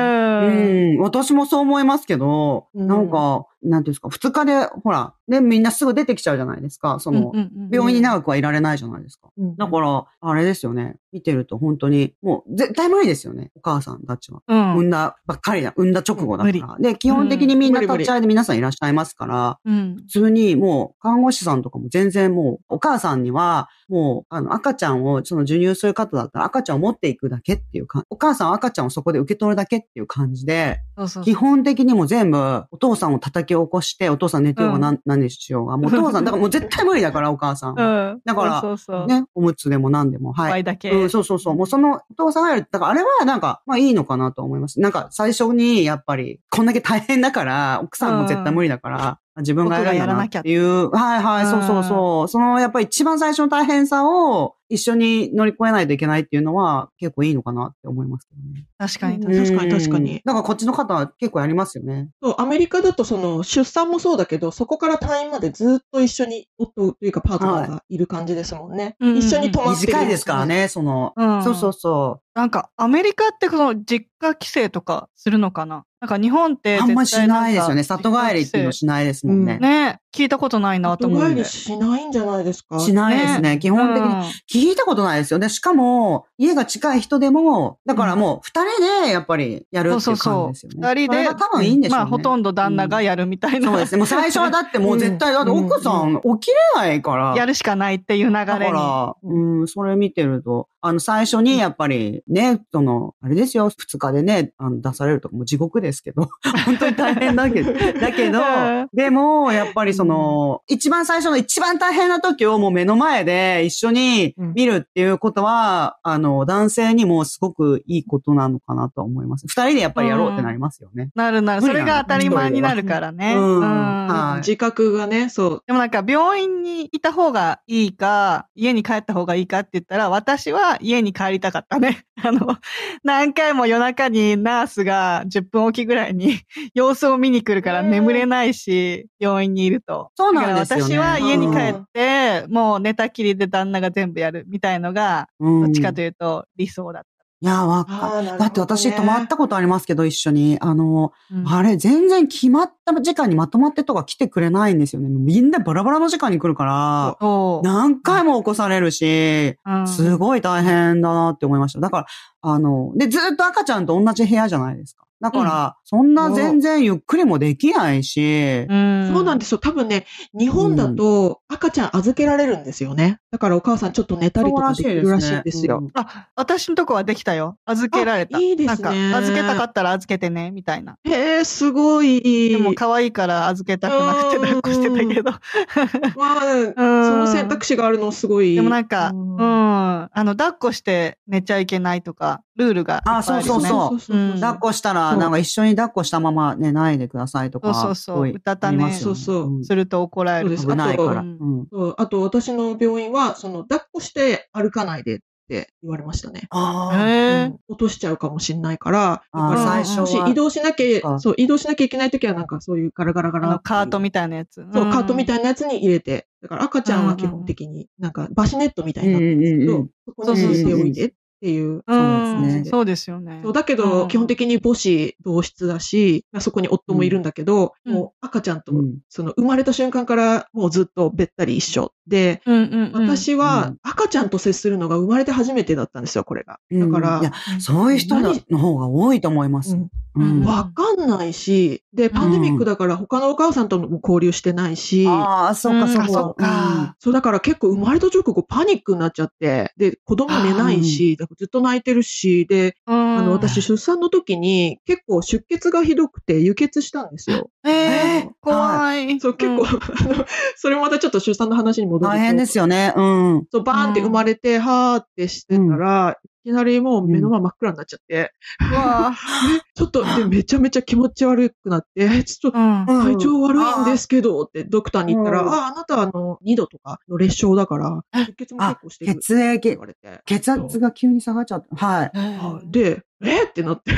[SPEAKER 2] んん、私もそう思いますけど、
[SPEAKER 3] うん
[SPEAKER 2] なんか、なんていうんですか、二日で、ほら、ね、みんなすぐ出てきちゃうじゃないですか。その、病院に長くはいられないじゃないですか。
[SPEAKER 3] うん
[SPEAKER 2] だから、あれですよね。見てると本当に、もう絶対無理ですよね。お母さんたちは。
[SPEAKER 1] うん。う
[SPEAKER 2] 産
[SPEAKER 1] ん
[SPEAKER 2] んだばっかりだ。産んだ直後だから。で、基本的にみんな立ち会いで皆さんいらっしゃいますから、
[SPEAKER 1] うん。
[SPEAKER 2] 普通にもう看護師さんとかも全然もうお母さんにはもうあの赤ちゃんをその授乳する方だったら赤ちゃんを持っていくだけっていうか、お母さんは赤ちゃんをそこで受け取るだけっていう感じで、
[SPEAKER 1] そうそうそう
[SPEAKER 2] 基本的にもう全部お父さんを叩き起こして、お父さん寝てようが何,、ん、何しようが、もうお父さん、だからもう絶対無理だからお母さんは。
[SPEAKER 1] うん。
[SPEAKER 2] だから
[SPEAKER 1] そうそうそう。
[SPEAKER 2] ね、おむつでも何でも、はい
[SPEAKER 1] 怖。いだけ。
[SPEAKER 2] うん、そうそうそう。もうそのお父さんがやる。だからあれはなんか、まあいいのかなと思います。なんか最初にやっぱり、こんだけ大変だから、奥さんも絶対無理だから、自分がやるんだなっていう。はいはい、そうそうそう。そのやっぱり一番最初の大変さを一緒に乗り越えないといけないっていうのは結構いいのかなって思いますけどね。
[SPEAKER 1] 確かに確かに。
[SPEAKER 3] うん確かに確かに
[SPEAKER 2] うんだからこっちの方は結構やりますよね。
[SPEAKER 3] そう、アメリカだとその出産もそうだけど、そこから退院までずっと一緒に夫というかパートナーがいる感じですもんね。
[SPEAKER 1] うんうんうん
[SPEAKER 3] 一緒に泊まってる
[SPEAKER 2] 短いですから。ね、その。
[SPEAKER 1] うん
[SPEAKER 2] そうそうそ
[SPEAKER 1] なんか、アメリカってその実家規制とかするのかななんか日本って
[SPEAKER 2] う。
[SPEAKER 1] 絶
[SPEAKER 2] あ
[SPEAKER 1] 対
[SPEAKER 2] んまりしないですよね。
[SPEAKER 1] んか
[SPEAKER 2] 里帰りっていうのしないですもんね。
[SPEAKER 1] ね、聞いたことないなと
[SPEAKER 3] 後
[SPEAKER 1] 思う
[SPEAKER 3] 帰
[SPEAKER 1] んで。
[SPEAKER 3] りし ないんじゃないですか。
[SPEAKER 2] しないですね。基本的に聞いたことないですよね。しかも、家が近い人でも、だからもう、二人で、やっぱり、やる
[SPEAKER 1] うん
[SPEAKER 2] って
[SPEAKER 1] そ
[SPEAKER 2] いうう感
[SPEAKER 1] そ
[SPEAKER 2] じ
[SPEAKER 1] う
[SPEAKER 2] です
[SPEAKER 1] そう。
[SPEAKER 2] よ
[SPEAKER 1] 二
[SPEAKER 2] ね。
[SPEAKER 1] 人で、
[SPEAKER 2] それが多分いいんでしょうね。
[SPEAKER 1] まあ、ほとんど旦那がやるみたいな。
[SPEAKER 2] そうですね。もう最初はだってもう絶対、だって奥さん起きれないから。
[SPEAKER 1] やるしかないっていう流
[SPEAKER 2] だか
[SPEAKER 1] れに。
[SPEAKER 2] ら、うん、それ見てると、あの、最初にやっぱりね、その、あれですよ、二日でね、あの出されるとかもう地獄ですけど、 本当に大変だ けど、だけど
[SPEAKER 1] うん、
[SPEAKER 2] でも、やっぱりその、一番最初の一番大変な時をもう目の前で一緒に見るっていうことは、あの、男性にもすごくいいことなのかなとは思います。二人でやっぱりやろうってなりますよね。
[SPEAKER 1] なるなる。それが当たり前になるからね。
[SPEAKER 2] うん
[SPEAKER 1] うん
[SPEAKER 2] はい
[SPEAKER 3] 自覚がね、そう。
[SPEAKER 1] でもなんか病院にいた方がいいか、家に帰った方がいいかって言ったら、私は家に帰りたかったね。 あの、何回も夜中にナースが10分おきぐらいに 様子を見に来るから
[SPEAKER 3] うん
[SPEAKER 1] 眠れないし、病院にいると。
[SPEAKER 2] そうなんですよね
[SPEAKER 1] だから私は家に帰って、もう寝たきりで旦那が全部やるみたいのが、
[SPEAKER 2] うん
[SPEAKER 1] どっちかと
[SPEAKER 2] い
[SPEAKER 1] いうと理想だっ
[SPEAKER 2] や、わか
[SPEAKER 3] ああ、なるほど、ね。
[SPEAKER 2] だって私泊まったことありますけど、一緒に。あの、
[SPEAKER 1] た。うん
[SPEAKER 2] あれ、全然決まった時間にまとまってとか来てくれないんですよね。みんなバラバラの時間に来るから、
[SPEAKER 1] そう
[SPEAKER 2] 何回も起こされるし、
[SPEAKER 1] うん
[SPEAKER 2] すごい大変だなって思いました。だから、あの、で、ずっと赤ちゃんと同じ部屋じゃないですか。だから、そんな全然ゆっくりもできないし、
[SPEAKER 1] うん
[SPEAKER 3] そうなんですよ。多分ね、日本だと赤ちゃん預けられるんですよね。だからお母さんちょっと寝たりとかできるらしいんですよ。。
[SPEAKER 1] あ、私のとこはできたよ。預けられた。
[SPEAKER 3] あいいですね
[SPEAKER 1] なんか、預けたかったら預けてね、みたいな。
[SPEAKER 3] へえ、すごい。
[SPEAKER 1] でも可愛いから預けたくなくて
[SPEAKER 3] うん
[SPEAKER 1] 抱っこしてたけど。
[SPEAKER 3] まあ、
[SPEAKER 1] うん
[SPEAKER 3] その選択肢があるのすごい。
[SPEAKER 1] でもなんか、
[SPEAKER 3] う
[SPEAKER 1] うんん、あの、抱っこして寝ちゃいけないとか、ルールがいっぱいあるよね。
[SPEAKER 2] あそうそうそう
[SPEAKER 1] うん
[SPEAKER 2] 抱っこしたら、
[SPEAKER 3] そう
[SPEAKER 2] なんか一緒に抱っこしたまま寝ないでくださいとか。
[SPEAKER 1] そうそうそう
[SPEAKER 2] すごい
[SPEAKER 1] 歌ったね
[SPEAKER 2] ありますよ
[SPEAKER 3] そうそうん
[SPEAKER 1] すると怒られる。
[SPEAKER 3] そう
[SPEAKER 2] 危ないから。
[SPEAKER 1] あと
[SPEAKER 2] うん
[SPEAKER 3] そうあと、私の病院は、その、抱っこして歩かないでって言われましたね。
[SPEAKER 2] あー
[SPEAKER 1] へ
[SPEAKER 3] うん落としちゃうかもしれないから、だ
[SPEAKER 2] あ
[SPEAKER 3] か
[SPEAKER 2] ー
[SPEAKER 3] ら
[SPEAKER 1] うん
[SPEAKER 2] 最初
[SPEAKER 3] もし
[SPEAKER 2] は
[SPEAKER 3] 移動しな
[SPEAKER 2] そっ
[SPEAKER 3] きゃ、
[SPEAKER 2] か
[SPEAKER 3] そう、移動しなきゃいけないときは、なんかそういうガラガラガ
[SPEAKER 1] あ
[SPEAKER 3] ラ。
[SPEAKER 1] の、カートみたいなやつ。
[SPEAKER 3] そう、カートみ
[SPEAKER 1] い
[SPEAKER 3] たいなやつに入れて、だから赤ちゃんは基本的になんかバシネットみたいになってるんですけど、そこに入れておいてってっていう。
[SPEAKER 1] う
[SPEAKER 2] そうです
[SPEAKER 1] ん
[SPEAKER 2] ね
[SPEAKER 1] そうですよね
[SPEAKER 3] そうだけ
[SPEAKER 1] う
[SPEAKER 3] ど、
[SPEAKER 1] ん
[SPEAKER 3] 基本的に母子同室だし、まあそこに夫もいるんだけど、
[SPEAKER 1] うん
[SPEAKER 3] もう赤ちゃんと、
[SPEAKER 2] うん
[SPEAKER 3] その生まれた瞬間からもうずっとべったり一緒で、
[SPEAKER 1] うんうんうん
[SPEAKER 3] 私
[SPEAKER 2] う
[SPEAKER 3] は
[SPEAKER 2] ん
[SPEAKER 3] 赤ちゃんと接するのが生まれて初めてだったんですよ、これが。だか
[SPEAKER 2] うんいや
[SPEAKER 3] ら、
[SPEAKER 2] そういう人の方が多いと思います。う
[SPEAKER 1] うん
[SPEAKER 2] ん。
[SPEAKER 3] わかんないし、で、パンデミックだから他のお母さんとも交流してないし、
[SPEAKER 2] ああ、そっかそ
[SPEAKER 1] う
[SPEAKER 2] っか。
[SPEAKER 1] んそっか
[SPEAKER 3] そうだから結構生まれた直後パニックになっちゃって、で、子供寝ないし、だからずっと泣いてるし、で、
[SPEAKER 1] うん
[SPEAKER 3] あの、私出産の時に結構出血がひどくて輸血したんですよ。
[SPEAKER 1] ええ怖い
[SPEAKER 3] そう、結構、
[SPEAKER 1] うん
[SPEAKER 3] あの、それまたちょっと出産の話に戻ると
[SPEAKER 2] 大変ですよね。うん。
[SPEAKER 3] そう、バーンって生まれて、はーってしてたら、いきなりもう目の前真っ暗になっちゃって、
[SPEAKER 1] うわ
[SPEAKER 3] ちょっと、で、めちゃめちゃ気持ち悪くなって、えちょっと、
[SPEAKER 1] うん
[SPEAKER 2] うん
[SPEAKER 3] 体調悪いんですけど、ってドクターに言ったら、
[SPEAKER 2] うん
[SPEAKER 3] あ、あなたあの、2度とかの裂傷だから、出血も結構してる。って
[SPEAKER 2] 血液
[SPEAKER 3] 言わ、れて。
[SPEAKER 2] 血圧が急に下がっちゃった。はい。
[SPEAKER 3] はいで、えってなって。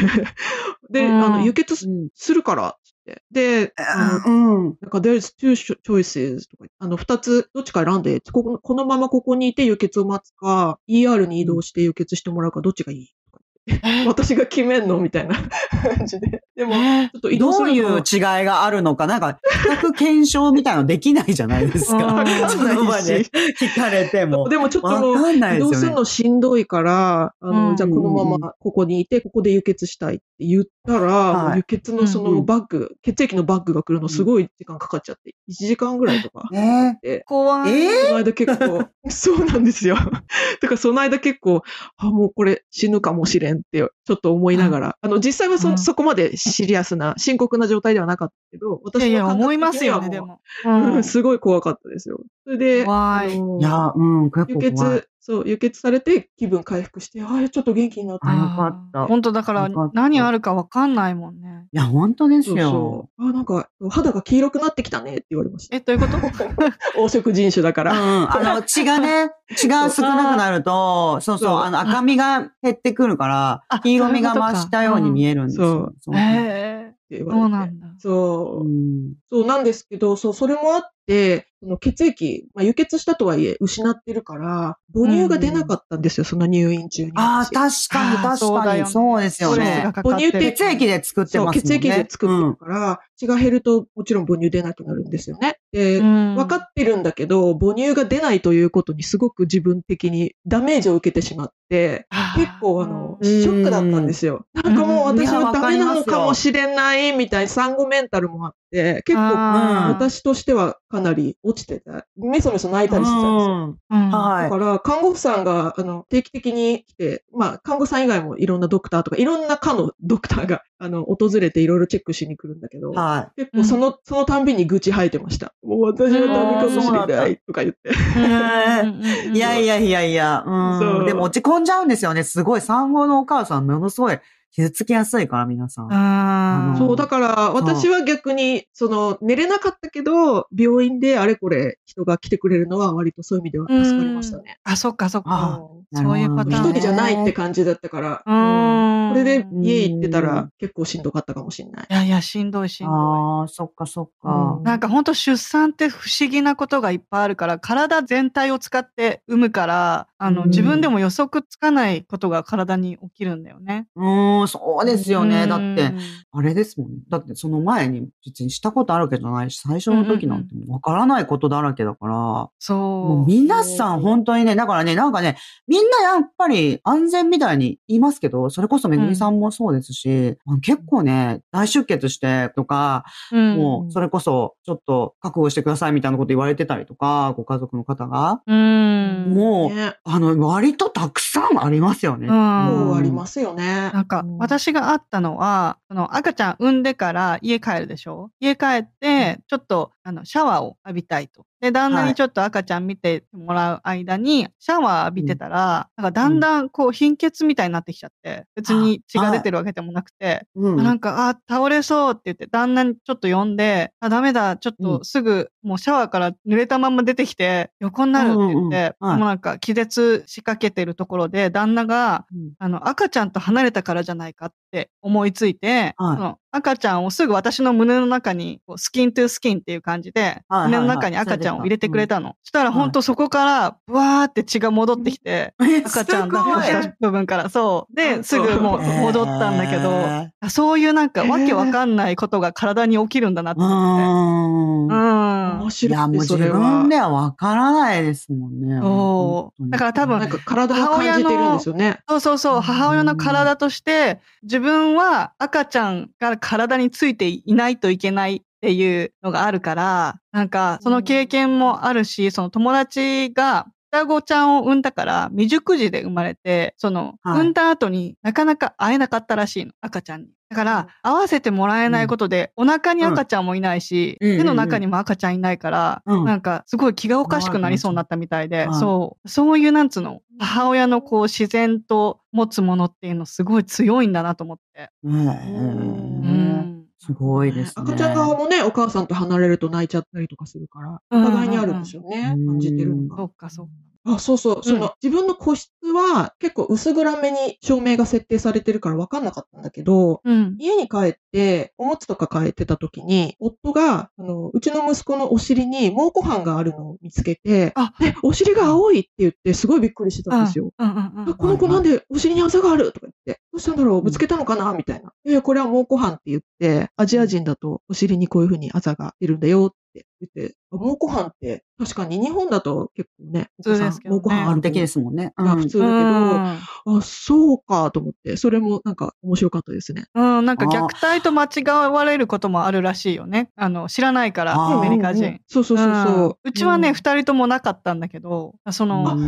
[SPEAKER 3] で、
[SPEAKER 1] うん
[SPEAKER 3] あの、輸血す
[SPEAKER 2] うん。
[SPEAKER 3] するから、って。で、あの
[SPEAKER 2] うん。
[SPEAKER 3] なんか、there's two cho- choices とか、あの、二つ、どっちか選んで、こここのままここにいて輸血を待つか、ER に移動して輸血してもらうか、どっちがいいとか言って 私が決めんのみたいな 感じで。でも、ち
[SPEAKER 1] ね
[SPEAKER 3] ょっと移動
[SPEAKER 2] ど
[SPEAKER 3] す
[SPEAKER 2] う
[SPEAKER 3] る
[SPEAKER 2] い
[SPEAKER 3] の
[SPEAKER 2] う違い
[SPEAKER 3] は
[SPEAKER 2] があるのか、なんか、比較検証みたいなのできないじゃないです
[SPEAKER 1] う
[SPEAKER 2] か。
[SPEAKER 1] ん
[SPEAKER 3] わか ん
[SPEAKER 2] その
[SPEAKER 3] な
[SPEAKER 2] 場
[SPEAKER 3] い
[SPEAKER 2] で
[SPEAKER 3] し。
[SPEAKER 2] 聞かれても。
[SPEAKER 3] でもちょっ
[SPEAKER 2] わ
[SPEAKER 3] と、
[SPEAKER 2] かんない
[SPEAKER 3] 移
[SPEAKER 2] で
[SPEAKER 3] 動す
[SPEAKER 2] す
[SPEAKER 3] る
[SPEAKER 2] よね。
[SPEAKER 3] のしんどいから、あの、
[SPEAKER 1] うん
[SPEAKER 3] じゃあこのままここにいて、ここで輸血したいって言ったら、
[SPEAKER 2] はい
[SPEAKER 3] もう輸血のそのバッグ、血液のバッグが来るのすごい時間かかっちゃって、1時間ぐらい とか。
[SPEAKER 2] ね
[SPEAKER 3] で、
[SPEAKER 1] 怖い
[SPEAKER 2] え
[SPEAKER 3] その間 結構、そうなんですよ。 だからその間結構、あ、もうこれ死ぬかもしれんって、ちょっと思いながら、あの、実際はそ、
[SPEAKER 1] うん
[SPEAKER 3] そこまでシリアスな、深刻な状態ではなかったけど、
[SPEAKER 1] い
[SPEAKER 3] 私
[SPEAKER 1] やいや
[SPEAKER 3] の感
[SPEAKER 1] 思いま
[SPEAKER 3] 覚的
[SPEAKER 1] す
[SPEAKER 3] には
[SPEAKER 1] よねで
[SPEAKER 3] も
[SPEAKER 1] も
[SPEAKER 3] う
[SPEAKER 1] う
[SPEAKER 3] うんん、 すごい怖かったですよ。それで、
[SPEAKER 1] 怖い
[SPEAKER 3] あの
[SPEAKER 2] いや、うん、結
[SPEAKER 3] 輸
[SPEAKER 2] 構怖い。
[SPEAKER 3] 血、そう、輸血されて気分回復して、あちょっと元気になった。
[SPEAKER 2] あ
[SPEAKER 3] い
[SPEAKER 2] よかった
[SPEAKER 1] あー本当だから
[SPEAKER 2] よかった
[SPEAKER 1] 何あるかわかんないもんね。
[SPEAKER 2] いや、本当です
[SPEAKER 3] そう
[SPEAKER 2] よ
[SPEAKER 3] そ。う。あ、なんか、肌が黄色くなってきたねって言われました。
[SPEAKER 1] え、どういうこと
[SPEAKER 3] 黄色人種だか
[SPEAKER 2] うん、
[SPEAKER 3] ら。
[SPEAKER 2] あの、血がね、血が少なくなると、そうそう、
[SPEAKER 3] そう
[SPEAKER 2] あの、赤みが減ってくるから
[SPEAKER 1] あ、
[SPEAKER 2] 黄色みが増したように見えるんですよ。そう
[SPEAKER 1] ええ
[SPEAKER 3] って言
[SPEAKER 1] ー、そ
[SPEAKER 3] われて。
[SPEAKER 1] うなんだ。
[SPEAKER 3] そうう。
[SPEAKER 2] ん
[SPEAKER 3] そうなんですけど、そう、それもあって、その血液、まあ、輸血したとはいえ、失ってるから、母乳が出なかったんですよ、その入院中に。
[SPEAKER 2] ああ、確かに
[SPEAKER 1] あー
[SPEAKER 2] 確
[SPEAKER 1] そうだ
[SPEAKER 2] か
[SPEAKER 1] よ
[SPEAKER 2] に。
[SPEAKER 1] ね
[SPEAKER 2] そうですよ
[SPEAKER 3] そう
[SPEAKER 1] ストレス
[SPEAKER 2] ね
[SPEAKER 1] が。かかってる
[SPEAKER 3] 母乳
[SPEAKER 2] 血液で作って
[SPEAKER 3] そう、
[SPEAKER 2] ますもんね。
[SPEAKER 3] 血液で作ってるから、血が減ると、もちろん母乳出なくなるんですよね。で、
[SPEAKER 1] 分
[SPEAKER 3] 分かってるんだけど、母乳が出ないということにすごく自分的にダメージを受けてしまって、結構あの、
[SPEAKER 2] うん
[SPEAKER 3] ショックだったんですよ。なんかもう私はダメなのかもしれないみたいな産後メンタルもあって、結構
[SPEAKER 1] 私、
[SPEAKER 3] 私としてはかなり落ちてた。めそめそ泣いたりしてたんですよ。
[SPEAKER 2] うん
[SPEAKER 1] うん
[SPEAKER 3] だ
[SPEAKER 2] は
[SPEAKER 3] から、看護婦さんが、あの、定期的に来て、まあ、看護さん以外もいろんなドクターとか、いろんな科のドクターが、あの、訪れていろいろチェックしに来るんだけど、
[SPEAKER 2] い。は
[SPEAKER 3] 結構その、そのたんびに愚痴吐いてました。もう私はダメかもしれないとか言って。
[SPEAKER 1] うん
[SPEAKER 2] い。いやいやいやいや、
[SPEAKER 3] そ
[SPEAKER 2] うん。
[SPEAKER 3] う
[SPEAKER 2] でも落ち込んじゃうんですよね。すごい。産後のお母さん、ものすごい傷つきやすいから、皆さん。
[SPEAKER 1] あー
[SPEAKER 2] ん
[SPEAKER 3] そう、だから私は逆に、その、寝れなかったけど、病院であれこれ人が来てくれるのは割とそういう意味では助かりましたね。
[SPEAKER 1] あ、そっかそっ
[SPEAKER 2] あ
[SPEAKER 1] か。
[SPEAKER 2] なる
[SPEAKER 1] そ
[SPEAKER 2] ほど
[SPEAKER 1] ういうパ
[SPEAKER 3] うん
[SPEAKER 1] ターン
[SPEAKER 3] 一
[SPEAKER 1] ね。
[SPEAKER 3] 人じゃないって感じだったから、
[SPEAKER 1] うん
[SPEAKER 3] これで
[SPEAKER 1] い
[SPEAKER 3] 家行ってた
[SPEAKER 2] う
[SPEAKER 3] ら
[SPEAKER 2] ん
[SPEAKER 3] 結構しんどかったかもしれない。
[SPEAKER 1] やいや、しんどいしんど
[SPEAKER 2] ああ、そっかそっか
[SPEAKER 3] う
[SPEAKER 1] い。。なんか本当出産って不思議なことがいっぱいあるから、体全体を使って産むから、あの、
[SPEAKER 2] うん
[SPEAKER 1] 自分でも予測つかないことが体に起きるんだよね。
[SPEAKER 2] うん、そうですよね。だっ
[SPEAKER 1] う
[SPEAKER 2] て
[SPEAKER 1] ん、。
[SPEAKER 2] あれですもんね。だってその前に別にしたことあるわけじゃないし、最初の時なんてもうわからないことだらけだから、も
[SPEAKER 1] そうう。
[SPEAKER 2] 皆さん本当にね、だからね、なんかね、みんなやっぱり安全みたいに言いますけど、それこそめぐみさんもそうですし、あの結構ね、大出血してとか、
[SPEAKER 1] うん
[SPEAKER 2] もうそれこそちょっと覚悟してくださいみたいなこと言われてたりとか、ご家族の方が、
[SPEAKER 1] うん。
[SPEAKER 2] もう、
[SPEAKER 3] ね、
[SPEAKER 2] あの、割とたくさんありますよね。
[SPEAKER 1] うん
[SPEAKER 3] もうあり
[SPEAKER 2] す。
[SPEAKER 3] ますよね。
[SPEAKER 1] なんか
[SPEAKER 3] う、
[SPEAKER 1] 私があったのは、その赤ちゃん産んでから家帰るでしょ家帰って、ちょっと、あの、シャワーを浴びたいと。で、旦那
[SPEAKER 2] は
[SPEAKER 1] に
[SPEAKER 2] い
[SPEAKER 1] ちょっと赤ちゃん見てもらう間に、シャワー浴びてたら、なんかだんだんこう貧血みたいになってきちゃって、別に血が出てるわけでもなくて、
[SPEAKER 2] う
[SPEAKER 1] あなん
[SPEAKER 2] ん。
[SPEAKER 1] か、あ、倒れそうって言って、旦那にちょっと呼んで、あ、ダメだ、ちょっとすぐもうシャワーから濡れたまま出てきて、横になるって言って、
[SPEAKER 2] うんうんはい
[SPEAKER 1] もうなんか気絶しかけてるところで、旦那が、
[SPEAKER 2] うん
[SPEAKER 1] あの、赤ちゃんと離れたからじゃないかって思いついて、
[SPEAKER 2] はい
[SPEAKER 1] その赤ちゃんをすぐ私の胸の中に、こうスキントゥスキンっていう感じで、
[SPEAKER 2] はいはい
[SPEAKER 1] 胸の中に赤ちゃんを入れてくれたの。そしたら本当そこから、ブワーって血が戻ってきて、赤ちゃん抱っこした部分から、そう。
[SPEAKER 3] う
[SPEAKER 1] で、
[SPEAKER 3] ん
[SPEAKER 1] すぐもう戻ったんだけど、
[SPEAKER 2] え
[SPEAKER 1] そういうなんか
[SPEAKER 3] へー
[SPEAKER 1] わけわかんないことが体に起きるんだなって
[SPEAKER 2] ー
[SPEAKER 1] 思って。
[SPEAKER 2] う
[SPEAKER 1] う
[SPEAKER 2] ーん。
[SPEAKER 1] ん
[SPEAKER 3] 面。
[SPEAKER 2] いや、
[SPEAKER 3] 白
[SPEAKER 2] もう
[SPEAKER 3] い、
[SPEAKER 2] 自
[SPEAKER 3] それは
[SPEAKER 2] 分。ではわからないですもんね。
[SPEAKER 1] そ
[SPEAKER 2] 本
[SPEAKER 1] う
[SPEAKER 2] 当に
[SPEAKER 1] だから多分
[SPEAKER 3] なんか体を感じてるんですよね。
[SPEAKER 1] そうそうそうう、
[SPEAKER 2] ん
[SPEAKER 1] 母親の体として、自分は赤ちゃんが体についていないといけないっていうのがあるから、なんか、その経験もあるし、その友達が、双子ちゃんを産んだから、未熟児で生まれて、その、
[SPEAKER 2] はい
[SPEAKER 1] 産んだ後になかなか会えなかったらしいの、赤ちゃんに。だから、会わせてもらえないことで、お腹に赤ちゃんもいないし、
[SPEAKER 2] うん
[SPEAKER 1] 手の中にも赤ちゃんいないから、
[SPEAKER 2] うん
[SPEAKER 1] なんか、すごい気がおかしくなりそうになったみたいで、
[SPEAKER 2] はい
[SPEAKER 1] そう、そういうなんつうの、母親のこう自然と持つものっていうのすごい強いんだなと思って。
[SPEAKER 2] えー
[SPEAKER 1] うん。
[SPEAKER 2] すごいですね。
[SPEAKER 3] 赤ちゃん側もね、お母さんと離れると泣いちゃったりとかするから、
[SPEAKER 1] うん
[SPEAKER 3] お互いにあるんでしょうね、
[SPEAKER 2] うん
[SPEAKER 3] 感じてるの
[SPEAKER 1] そ
[SPEAKER 3] が。
[SPEAKER 1] うか、そうか。
[SPEAKER 3] あ、そうそう、その、
[SPEAKER 1] うん
[SPEAKER 3] 自分の個室は結構薄暗めに照明が設定されてるから分かんなかったんだけど、
[SPEAKER 1] うん。
[SPEAKER 3] 家に帰って、おむつとか変えてた時に、夫が、あの、うちの息子のお尻に蒙古斑があるのを見つけて、
[SPEAKER 1] あ
[SPEAKER 3] え、お尻が青いって言って、すごいびっくりしてたんですよ。
[SPEAKER 1] うんうんう
[SPEAKER 3] あ
[SPEAKER 1] ん。
[SPEAKER 3] この子なんでお尻にあざがあるとか言って、どうしたんだろうぶつけたのかなみたいな。いやいや、これは蒙古斑って言って、アジア人だとお尻にこういうふうにあざが出るんだよって言って、あ蒙古斑って確かに日本だと結構ね、お子さ
[SPEAKER 1] 普通で
[SPEAKER 3] ん
[SPEAKER 1] すけどね
[SPEAKER 3] 蒙古斑ある。
[SPEAKER 2] 的ですすもんね。
[SPEAKER 3] が普通だけど、
[SPEAKER 1] うん
[SPEAKER 3] あ、そうかと思って、それもなんか面白かったですね。
[SPEAKER 1] うん、なんか虐待と間違われることもあるらしいよね。あの、知らないから、
[SPEAKER 2] あー
[SPEAKER 1] アメリカ
[SPEAKER 3] うんうんうん
[SPEAKER 1] 人。
[SPEAKER 3] そうそうそうそうう。
[SPEAKER 1] んうちはね、
[SPEAKER 3] うん
[SPEAKER 1] 二人ともなかったんだけど、その、
[SPEAKER 2] う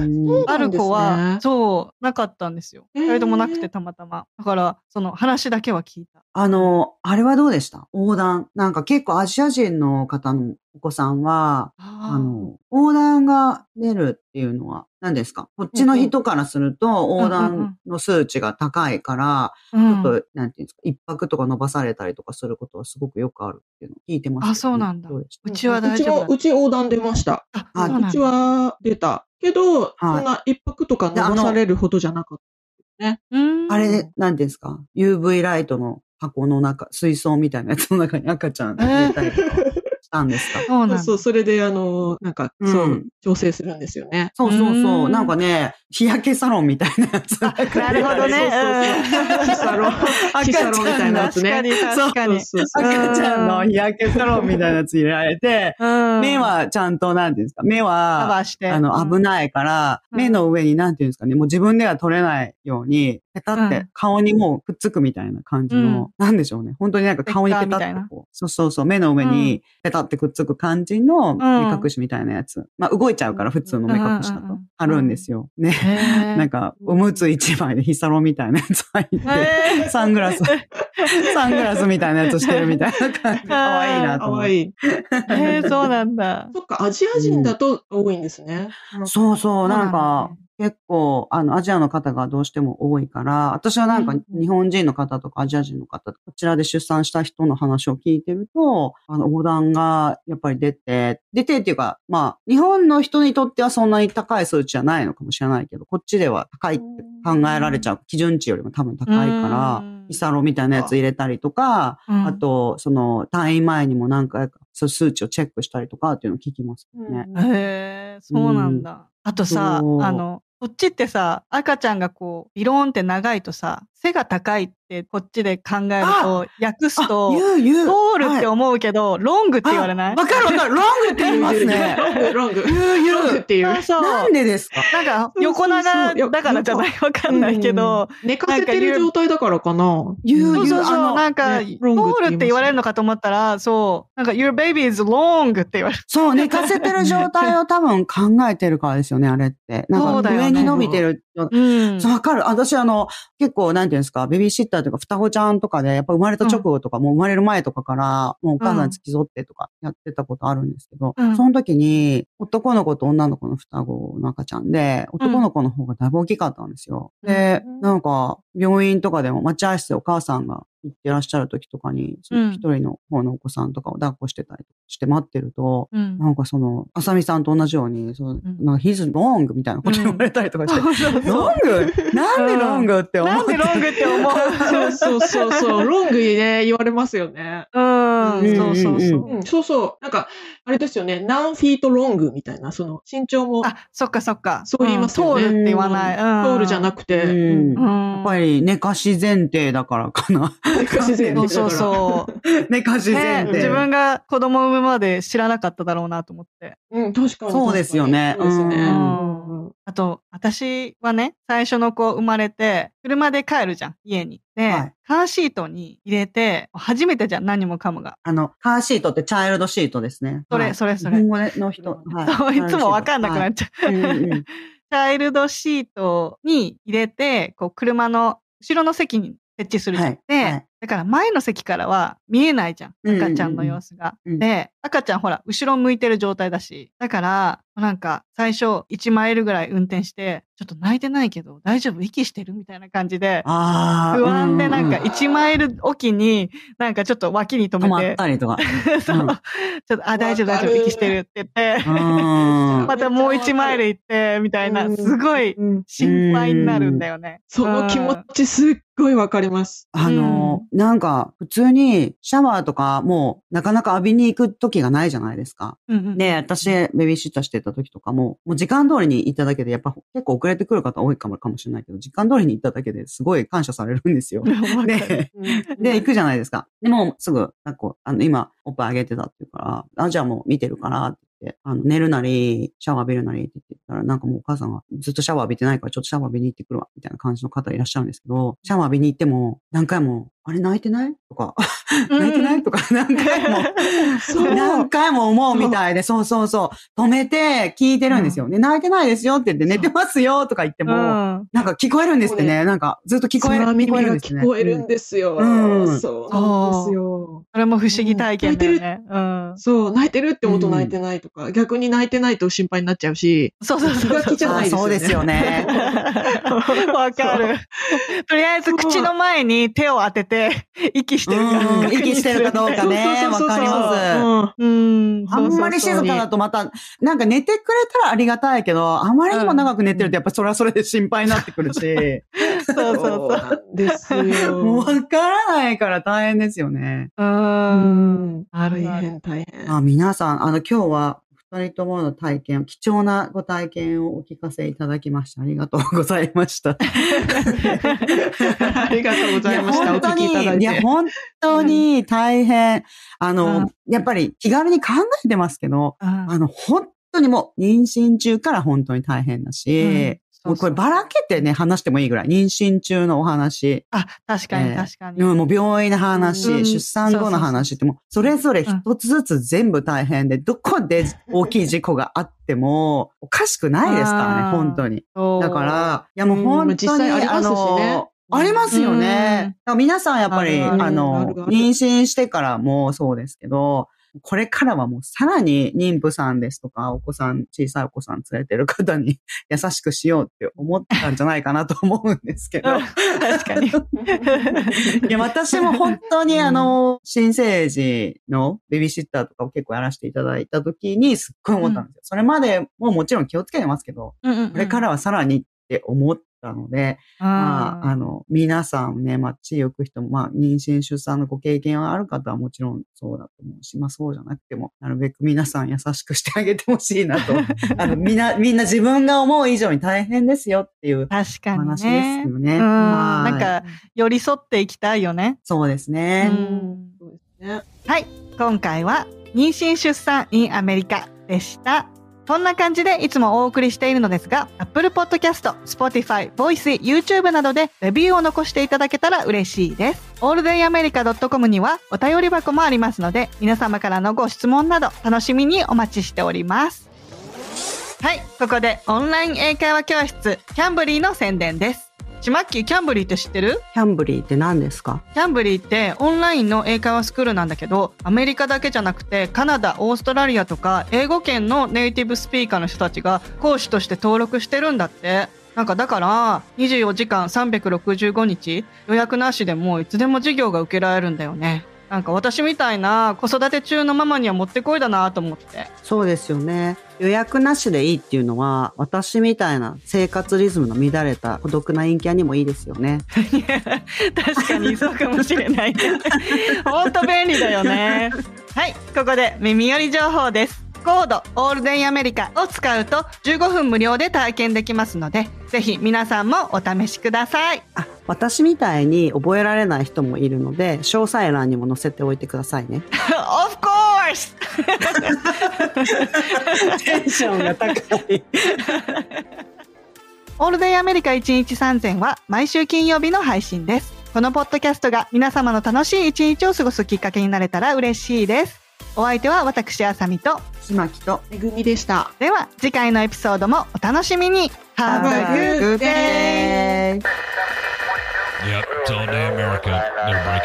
[SPEAKER 2] ん
[SPEAKER 1] ある子
[SPEAKER 3] そうなんです
[SPEAKER 1] は
[SPEAKER 3] ね、
[SPEAKER 1] そう、なかったんですよ。
[SPEAKER 3] へー
[SPEAKER 1] 二人ともなくてたまたま。だから、その話だけは聞いた。
[SPEAKER 2] あの、あれはどうでした横断。なんか結構アジア人の方のお子さんは、あ
[SPEAKER 1] あ
[SPEAKER 2] の、横断が出るっていうのは何ですかこっちの人からすると、横断の数値が高いから、
[SPEAKER 1] あ、
[SPEAKER 2] ち
[SPEAKER 1] う
[SPEAKER 2] ょっ
[SPEAKER 1] ん
[SPEAKER 2] と、なんていうんですか、一泊とか伸ばされたりとかすることはすごくよくあるっていうのを聞いてます
[SPEAKER 1] あそうなんだ
[SPEAKER 2] どうでした
[SPEAKER 1] うちは大丈夫だった
[SPEAKER 3] うちも、うち横断出ました。
[SPEAKER 1] あ
[SPEAKER 2] あ
[SPEAKER 1] そうなん
[SPEAKER 3] う
[SPEAKER 1] だ
[SPEAKER 3] ちは出た。けど、そんな一泊とか飲まされるほどじゃなかっ
[SPEAKER 1] うん
[SPEAKER 2] あれ、なんていうんですか ?UV ライトの箱の中、水槽みたいなやつの中に赤ちゃん入れた りとかしたんですか、
[SPEAKER 1] そうなん
[SPEAKER 3] た。
[SPEAKER 1] だ
[SPEAKER 3] そう、それで、あの、なんか、
[SPEAKER 2] うん
[SPEAKER 3] そう、調整するんですよね。
[SPEAKER 2] そうそうそうう。
[SPEAKER 1] ん
[SPEAKER 2] なんかね、日焼けサロンみたいなやつ。
[SPEAKER 1] なるほどねうん
[SPEAKER 3] ヒサロン、ヒサロンみたいなやつね。
[SPEAKER 1] 確かに、
[SPEAKER 3] そうそうそう
[SPEAKER 2] 赤ちゃんの日焼けサロンみたいなやつ入れられて、
[SPEAKER 1] うん
[SPEAKER 2] 目、はちゃんと、なんていうんですか目
[SPEAKER 1] カ
[SPEAKER 2] は、
[SPEAKER 1] バーして。
[SPEAKER 2] あの、危
[SPEAKER 1] い。
[SPEAKER 2] ないから、
[SPEAKER 1] うん
[SPEAKER 2] 目の上に、なんていうんですかね、もう自分では取れないように、ペタっ
[SPEAKER 1] う
[SPEAKER 2] て
[SPEAKER 1] ん
[SPEAKER 2] 顔にもうくっつくみたいな感じの、なんでしょうね。本当になんか顔にペタっ
[SPEAKER 1] ステッカーみたい
[SPEAKER 2] て
[SPEAKER 1] な
[SPEAKER 2] こう、そうそうそう、目の上にペタってくっつく感じの目隠しみたいなやつ。まあ、動いちゃうから、普通の目隠し
[SPEAKER 1] う
[SPEAKER 2] だ
[SPEAKER 1] んうんうんう
[SPEAKER 2] と
[SPEAKER 1] ん。
[SPEAKER 2] あるんですよ。ね。
[SPEAKER 1] へー
[SPEAKER 2] なんか、おむつ一枚でヒサロみたいなやつ入って、
[SPEAKER 1] へー
[SPEAKER 2] サングラス、サングラスみたいなやつしてるみたいな感じ。かわいい なと
[SPEAKER 3] か
[SPEAKER 2] 思っ
[SPEAKER 3] わ
[SPEAKER 2] て。
[SPEAKER 3] いい。
[SPEAKER 1] へーそうなん だ。
[SPEAKER 3] そっか、アジア人だと多いんですね。
[SPEAKER 2] そうそう、な
[SPEAKER 1] そうなん
[SPEAKER 2] んか
[SPEAKER 1] だね、
[SPEAKER 2] 結構、あの、アジアの方がどうしても多いから、私はなんか
[SPEAKER 1] うんうん
[SPEAKER 2] 日本人の方とかアジア人の方、こちらで出産した人の話を聞いてると、あの、横断がやっぱり出て、出てっていうか、まあ、日本の人にとってはそんなに高い数値じゃないのかもしれないけど、こっちでは高いって考えられちゃう。基準値よりも多分高いか
[SPEAKER 1] う
[SPEAKER 2] ら
[SPEAKER 1] ん、
[SPEAKER 2] イサロみたいなやつ入れたりとか、
[SPEAKER 1] うん
[SPEAKER 2] あ、と、その、退院前にも何回か、そう数値をチェックしたりとかっていうのを聞きますね。
[SPEAKER 1] へーそうなんだ。あとさ、あ
[SPEAKER 2] そう
[SPEAKER 1] の、こっちってさ、赤ちゃんがこう、ビローンって長いとさ、背が高いってこっちで考えると、訳す
[SPEAKER 2] あ
[SPEAKER 1] と、
[SPEAKER 2] 言う言う。
[SPEAKER 1] トールって
[SPEAKER 2] はい
[SPEAKER 1] 思うけど、ロングって言われない
[SPEAKER 2] わかるわかる。ロングって言いますね。
[SPEAKER 3] ロング、ロング。
[SPEAKER 2] 言う
[SPEAKER 3] ロング
[SPEAKER 2] 言
[SPEAKER 3] っ
[SPEAKER 2] う。
[SPEAKER 3] ていう
[SPEAKER 1] あ。そう。
[SPEAKER 2] なんでですか
[SPEAKER 1] なんか、
[SPEAKER 3] そう
[SPEAKER 1] 横長だからじゃないわかんないけど、
[SPEAKER 3] うん、寝かせてる状態だからかな。
[SPEAKER 2] 言う
[SPEAKER 1] そ
[SPEAKER 2] 言
[SPEAKER 1] う
[SPEAKER 2] う。
[SPEAKER 1] そうそう、な
[SPEAKER 2] あ
[SPEAKER 1] ん
[SPEAKER 2] の、
[SPEAKER 1] か、
[SPEAKER 3] ね
[SPEAKER 1] ロールって言われる
[SPEAKER 3] ロングって言いますね
[SPEAKER 1] のかと思ったら、そう、なんか、your baby is long って言われる。
[SPEAKER 2] そ う、寝かせてる状態を多分考えてるからですよね、あれって。
[SPEAKER 1] そ
[SPEAKER 2] な
[SPEAKER 1] うん
[SPEAKER 2] か
[SPEAKER 1] だよね
[SPEAKER 2] 上に伸びてる。
[SPEAKER 1] うん
[SPEAKER 2] そうわかる。私、あの、結構、なんていうんですか、ベビーシッターというか、双子ちゃんとかで、やっぱ生まれた直後とか、もう生まれる前とかから、もうお母さん付き添ってとかやってたことあるんですけど、
[SPEAKER 1] うん
[SPEAKER 2] その時に、男の子と女の子の双子の赤ちゃんで、男の子の方がだいぶ大きかったんですよ。
[SPEAKER 1] うん
[SPEAKER 2] で
[SPEAKER 3] うん、
[SPEAKER 2] なんか、病院とかでも待合室でお母さんが行ってらっしゃる時とかに、その一人の方のお子さんとかを抱っこしてたりして待ってると、
[SPEAKER 1] うん
[SPEAKER 2] なんかその、あさみさんと同じように、その、
[SPEAKER 1] ん
[SPEAKER 2] なんか、he's wrong みたいなこと言われたりとかして、
[SPEAKER 1] そうそう
[SPEAKER 2] ロングなんでロング って思
[SPEAKER 1] な
[SPEAKER 2] っ
[SPEAKER 1] ん
[SPEAKER 2] て
[SPEAKER 1] でロングって思う。
[SPEAKER 3] そうそうそう そう、ロングね、言われますよね。
[SPEAKER 1] うん、そうそうそう。
[SPEAKER 3] うん、そうそう。なんか、あれですよね、何フィートロングみたいな、その身長も、
[SPEAKER 1] あ、そっかそっか。
[SPEAKER 3] そう言いますよね
[SPEAKER 1] うん通るって言わない。うん、
[SPEAKER 3] ソウルじゃな
[SPEAKER 1] く
[SPEAKER 3] くて、
[SPEAKER 2] うん
[SPEAKER 1] う
[SPEAKER 2] や
[SPEAKER 1] ん、
[SPEAKER 2] っぱり寝かし前提だからかな。
[SPEAKER 3] 自然
[SPEAKER 1] そ
[SPEAKER 3] で
[SPEAKER 1] うそう
[SPEAKER 3] う。
[SPEAKER 1] そう。
[SPEAKER 2] 寝かし前
[SPEAKER 1] ね、
[SPEAKER 2] 提。
[SPEAKER 1] 自分が子供産むまで知らなかっただろうなと思って。
[SPEAKER 3] うん、確かに。
[SPEAKER 2] そうですよね
[SPEAKER 3] そうですよね。
[SPEAKER 2] うん
[SPEAKER 1] あと、私はね、最初の子生まれて、車で帰るじゃん、家に。で、
[SPEAKER 2] はい
[SPEAKER 1] カーシートに入れて、初めてじゃん、何もかもが。
[SPEAKER 2] あの、カーシートってチャイルドシートですね。
[SPEAKER 1] それ
[SPEAKER 2] はい
[SPEAKER 1] それそれ
[SPEAKER 2] 日本語の人。
[SPEAKER 1] そういつもわかんなくな
[SPEAKER 2] っ
[SPEAKER 1] っちゃう。
[SPEAKER 2] て。はいうんうん
[SPEAKER 1] チャイルドシートに入れて、こう、車の後ろの席に設置 するじゃん。
[SPEAKER 2] はい
[SPEAKER 1] で、
[SPEAKER 2] はい
[SPEAKER 1] だから前の席からは見えないじゃ
[SPEAKER 2] うん
[SPEAKER 1] ん。
[SPEAKER 2] うんうん
[SPEAKER 1] 赤ちゃんの様子が。
[SPEAKER 2] うん
[SPEAKER 1] で、赤ちゃんほら、後ろ向いてる状態だし。だから、なんか、最初1マイルぐらい運転して、ちょっと泣いてないけど、大丈夫息してるみたいな感じで、
[SPEAKER 2] ああ。
[SPEAKER 1] 不安でなんか
[SPEAKER 2] うう
[SPEAKER 1] 1マイルおきに、なんかちょっと脇に止
[SPEAKER 2] 止ま
[SPEAKER 1] め、
[SPEAKER 2] ってた りとか。
[SPEAKER 1] そううんちょっと、あ、大丈夫大丈
[SPEAKER 3] わか
[SPEAKER 1] 夫
[SPEAKER 3] る
[SPEAKER 1] 息してるって言って
[SPEAKER 2] う、 ん
[SPEAKER 1] またもう1マイル行って、みたいな、すごい、
[SPEAKER 3] うん
[SPEAKER 1] 心配になるんだよね。
[SPEAKER 3] その気持ちすっごいわかります。
[SPEAKER 2] あの、なんか、普通にシャワーとかもうなかなか浴びに行く時がないじゃないですか。
[SPEAKER 1] うんうん
[SPEAKER 2] で、私、ベビーシッターしてた時とかも、もう時間通りに行っただけで、やっぱ結構遅れてくる方多いかもかもしれないけど、時間通りに行っただけですごい感謝されるんですよ。
[SPEAKER 1] わかる
[SPEAKER 2] で、で、行くじゃないですか。でも、すぐ、なんか、あの、今、おっぱいあげてたって言うから、あ、じゃあもう見てるから、って言って、あの、寝るなり、シャワー浴びるなりって言ってたら、なんかもうお母さんがずっとシャワー浴びてないから、ちょっとシャワー浴びに行ってくるわ、みたいな感じの方いらっしゃるんですけど、シャワー浴びに行っても、何回も、あれ泣いてないとか、 泣いてないとか、何回も、
[SPEAKER 3] そう
[SPEAKER 2] 何回も思うみたいで、そうそうそう、止めて聞いてるんですよ。ね、泣いてないですよって言って、寝てますよとか言って
[SPEAKER 1] う
[SPEAKER 2] も、
[SPEAKER 1] ん
[SPEAKER 2] なんか聞こえるんですってね、なんかずっと聞こえる、
[SPEAKER 3] 空
[SPEAKER 2] 聞
[SPEAKER 3] 耳
[SPEAKER 2] こえる
[SPEAKER 3] が
[SPEAKER 2] んですね
[SPEAKER 3] 聞こえるんですよ。
[SPEAKER 2] うん
[SPEAKER 3] そうなんですよ。
[SPEAKER 1] それも不思議体験だよね。うん。
[SPEAKER 3] そう、泣いてるって思うと泣いてないとか、逆に泣いてないと心配になっちゃうし、
[SPEAKER 1] そうそうそうそう。
[SPEAKER 3] 気が気じゃないですよね
[SPEAKER 2] あそうですよね。
[SPEAKER 1] わかる。とりあえず口の前に手を当てて、息してるか
[SPEAKER 2] うん
[SPEAKER 1] 確認する
[SPEAKER 2] 息してるかどうかね
[SPEAKER 3] そうそうそうそう
[SPEAKER 2] わかりま
[SPEAKER 1] うん。
[SPEAKER 2] あんまり静かだとまた、なんか寝てくれたらありがたいけど、あまりにも長く寝てるとやっぱそれはそれで心配になってくるし、
[SPEAKER 1] そうそうそう。
[SPEAKER 3] なんですよ。
[SPEAKER 2] もうわからないから大変ですよね。
[SPEAKER 1] う。
[SPEAKER 3] うんん。
[SPEAKER 1] あ
[SPEAKER 3] 大
[SPEAKER 1] るある。
[SPEAKER 3] 変、大変。
[SPEAKER 2] あ皆さん、あの今日は二人ともの体験を、貴重なご体験をお聞かせいただきました。ありがとうございました。
[SPEAKER 3] ありがとうございました。お
[SPEAKER 2] や本当
[SPEAKER 3] 聞
[SPEAKER 2] に
[SPEAKER 3] きいただい
[SPEAKER 2] いや、
[SPEAKER 3] て。
[SPEAKER 2] 本当に大変。あの、やっぱり気軽に考えてますけど、あの、本当にもう妊娠中から本当に大変だし、もうこればらけてね、話してもいいぐらい。妊娠中のお話、
[SPEAKER 1] あ、確かに確かに。
[SPEAKER 2] うんもう病院の話、
[SPEAKER 1] うん
[SPEAKER 2] 出産後の話ってもう、それぞれ一つずつ全部大変で、どこで大きい事故があっても、おかしくないですからね、
[SPEAKER 1] あー
[SPEAKER 2] 本当に。だ
[SPEAKER 1] だ
[SPEAKER 2] か、ら、いやもう本当に、
[SPEAKER 3] うん実際ありますしね
[SPEAKER 2] のありますよ
[SPEAKER 1] うん
[SPEAKER 2] ね。だから皆さんやっぱり、
[SPEAKER 1] ある
[SPEAKER 2] あ
[SPEAKER 1] ある
[SPEAKER 3] あ
[SPEAKER 2] の
[SPEAKER 3] る、ある
[SPEAKER 2] 妊娠してからもそうですけど、これからはもうさらに妊婦さんですとか、お子さん、小さいお子さん連れてる方に 優しくしようって思ったんじゃないかなと思うんですけど。
[SPEAKER 1] 確か に。
[SPEAKER 2] いや、私も本当にあの、新生児のベビーシッターとかを結構やらせていただいた時にすっごい思ったんですよ。それまでももちろん気をつけてますけど、これからはさらにって思ったので、まあ、あの、皆さんね、まあ、地位を置く人も、まあ、妊娠、出産のご経験がある方はもちろんそうだと思うし、まあ、そうじゃなくても、なるべく皆さん優しくしてあげてほしい なと。あの、みんな、みんな自分が思う以上に大変ですよっていう
[SPEAKER 1] 確
[SPEAKER 2] お
[SPEAKER 1] かに
[SPEAKER 2] 話で
[SPEAKER 1] ね
[SPEAKER 2] す。よね。
[SPEAKER 1] うん
[SPEAKER 2] はい
[SPEAKER 1] なんか、寄り添っていきたいよね。
[SPEAKER 2] そうですね。
[SPEAKER 1] うん
[SPEAKER 3] そうですね。
[SPEAKER 1] はい、今回は妊娠出産 in アメリカでした。こんな感じでいつもお送りしているのですが、Apple Podcast、Spotify、Voice、YouTube などでレビューを残していただけたら嬉しいです。alldayamerica.com にはお便り箱もありますので、皆様からのご質問など楽しみにお待ちしております。はい、ここでオンライン英会話教室、キャンブリーの宣伝です。ちまっきーキャンブリーって知ってる
[SPEAKER 2] キャンブリーって何ですか
[SPEAKER 1] キャンブリーってオンラインの英会話スクールなんだけどアメリカだけじゃなくてカナダオーストラリアとか英語圏のネイティブスピーカーの人たちが講師として登録してるんだってなんかだから24時間365日予約なしでもいつでも授業が受けられるんだよね。なんか私みたいな子育て中のママにはもってこいだなと思って。
[SPEAKER 2] そうですよね。予約なしでいいっていうのは、私みたいな生活リズムの乱れた孤独な陰キャにもいいですよね。
[SPEAKER 1] いや確かにそうかもしれない。本当便利だよね。はい、ここで耳寄り情報です。コードオールデンアメリカを使うと15分無料で体験できますので、ぜひ皆さんもお試しください。
[SPEAKER 2] あ、私みたいに覚えられない人もいるので、詳細欄にも載せておいてくださいね。
[SPEAKER 1] of course!
[SPEAKER 2] テンションが高い。
[SPEAKER 1] オールデイアメリカ1日3000は毎週金曜日の配信です。このポッドキャストが皆様の楽しい一日を過ごすきっかけになれたら嬉しいです。お相手は私あさみと、
[SPEAKER 2] ひまきと。
[SPEAKER 3] めぐみでした。
[SPEAKER 1] では次回のエピソードもお楽しみに Have a good day!
[SPEAKER 4] Yep, it's all day America. Everybody.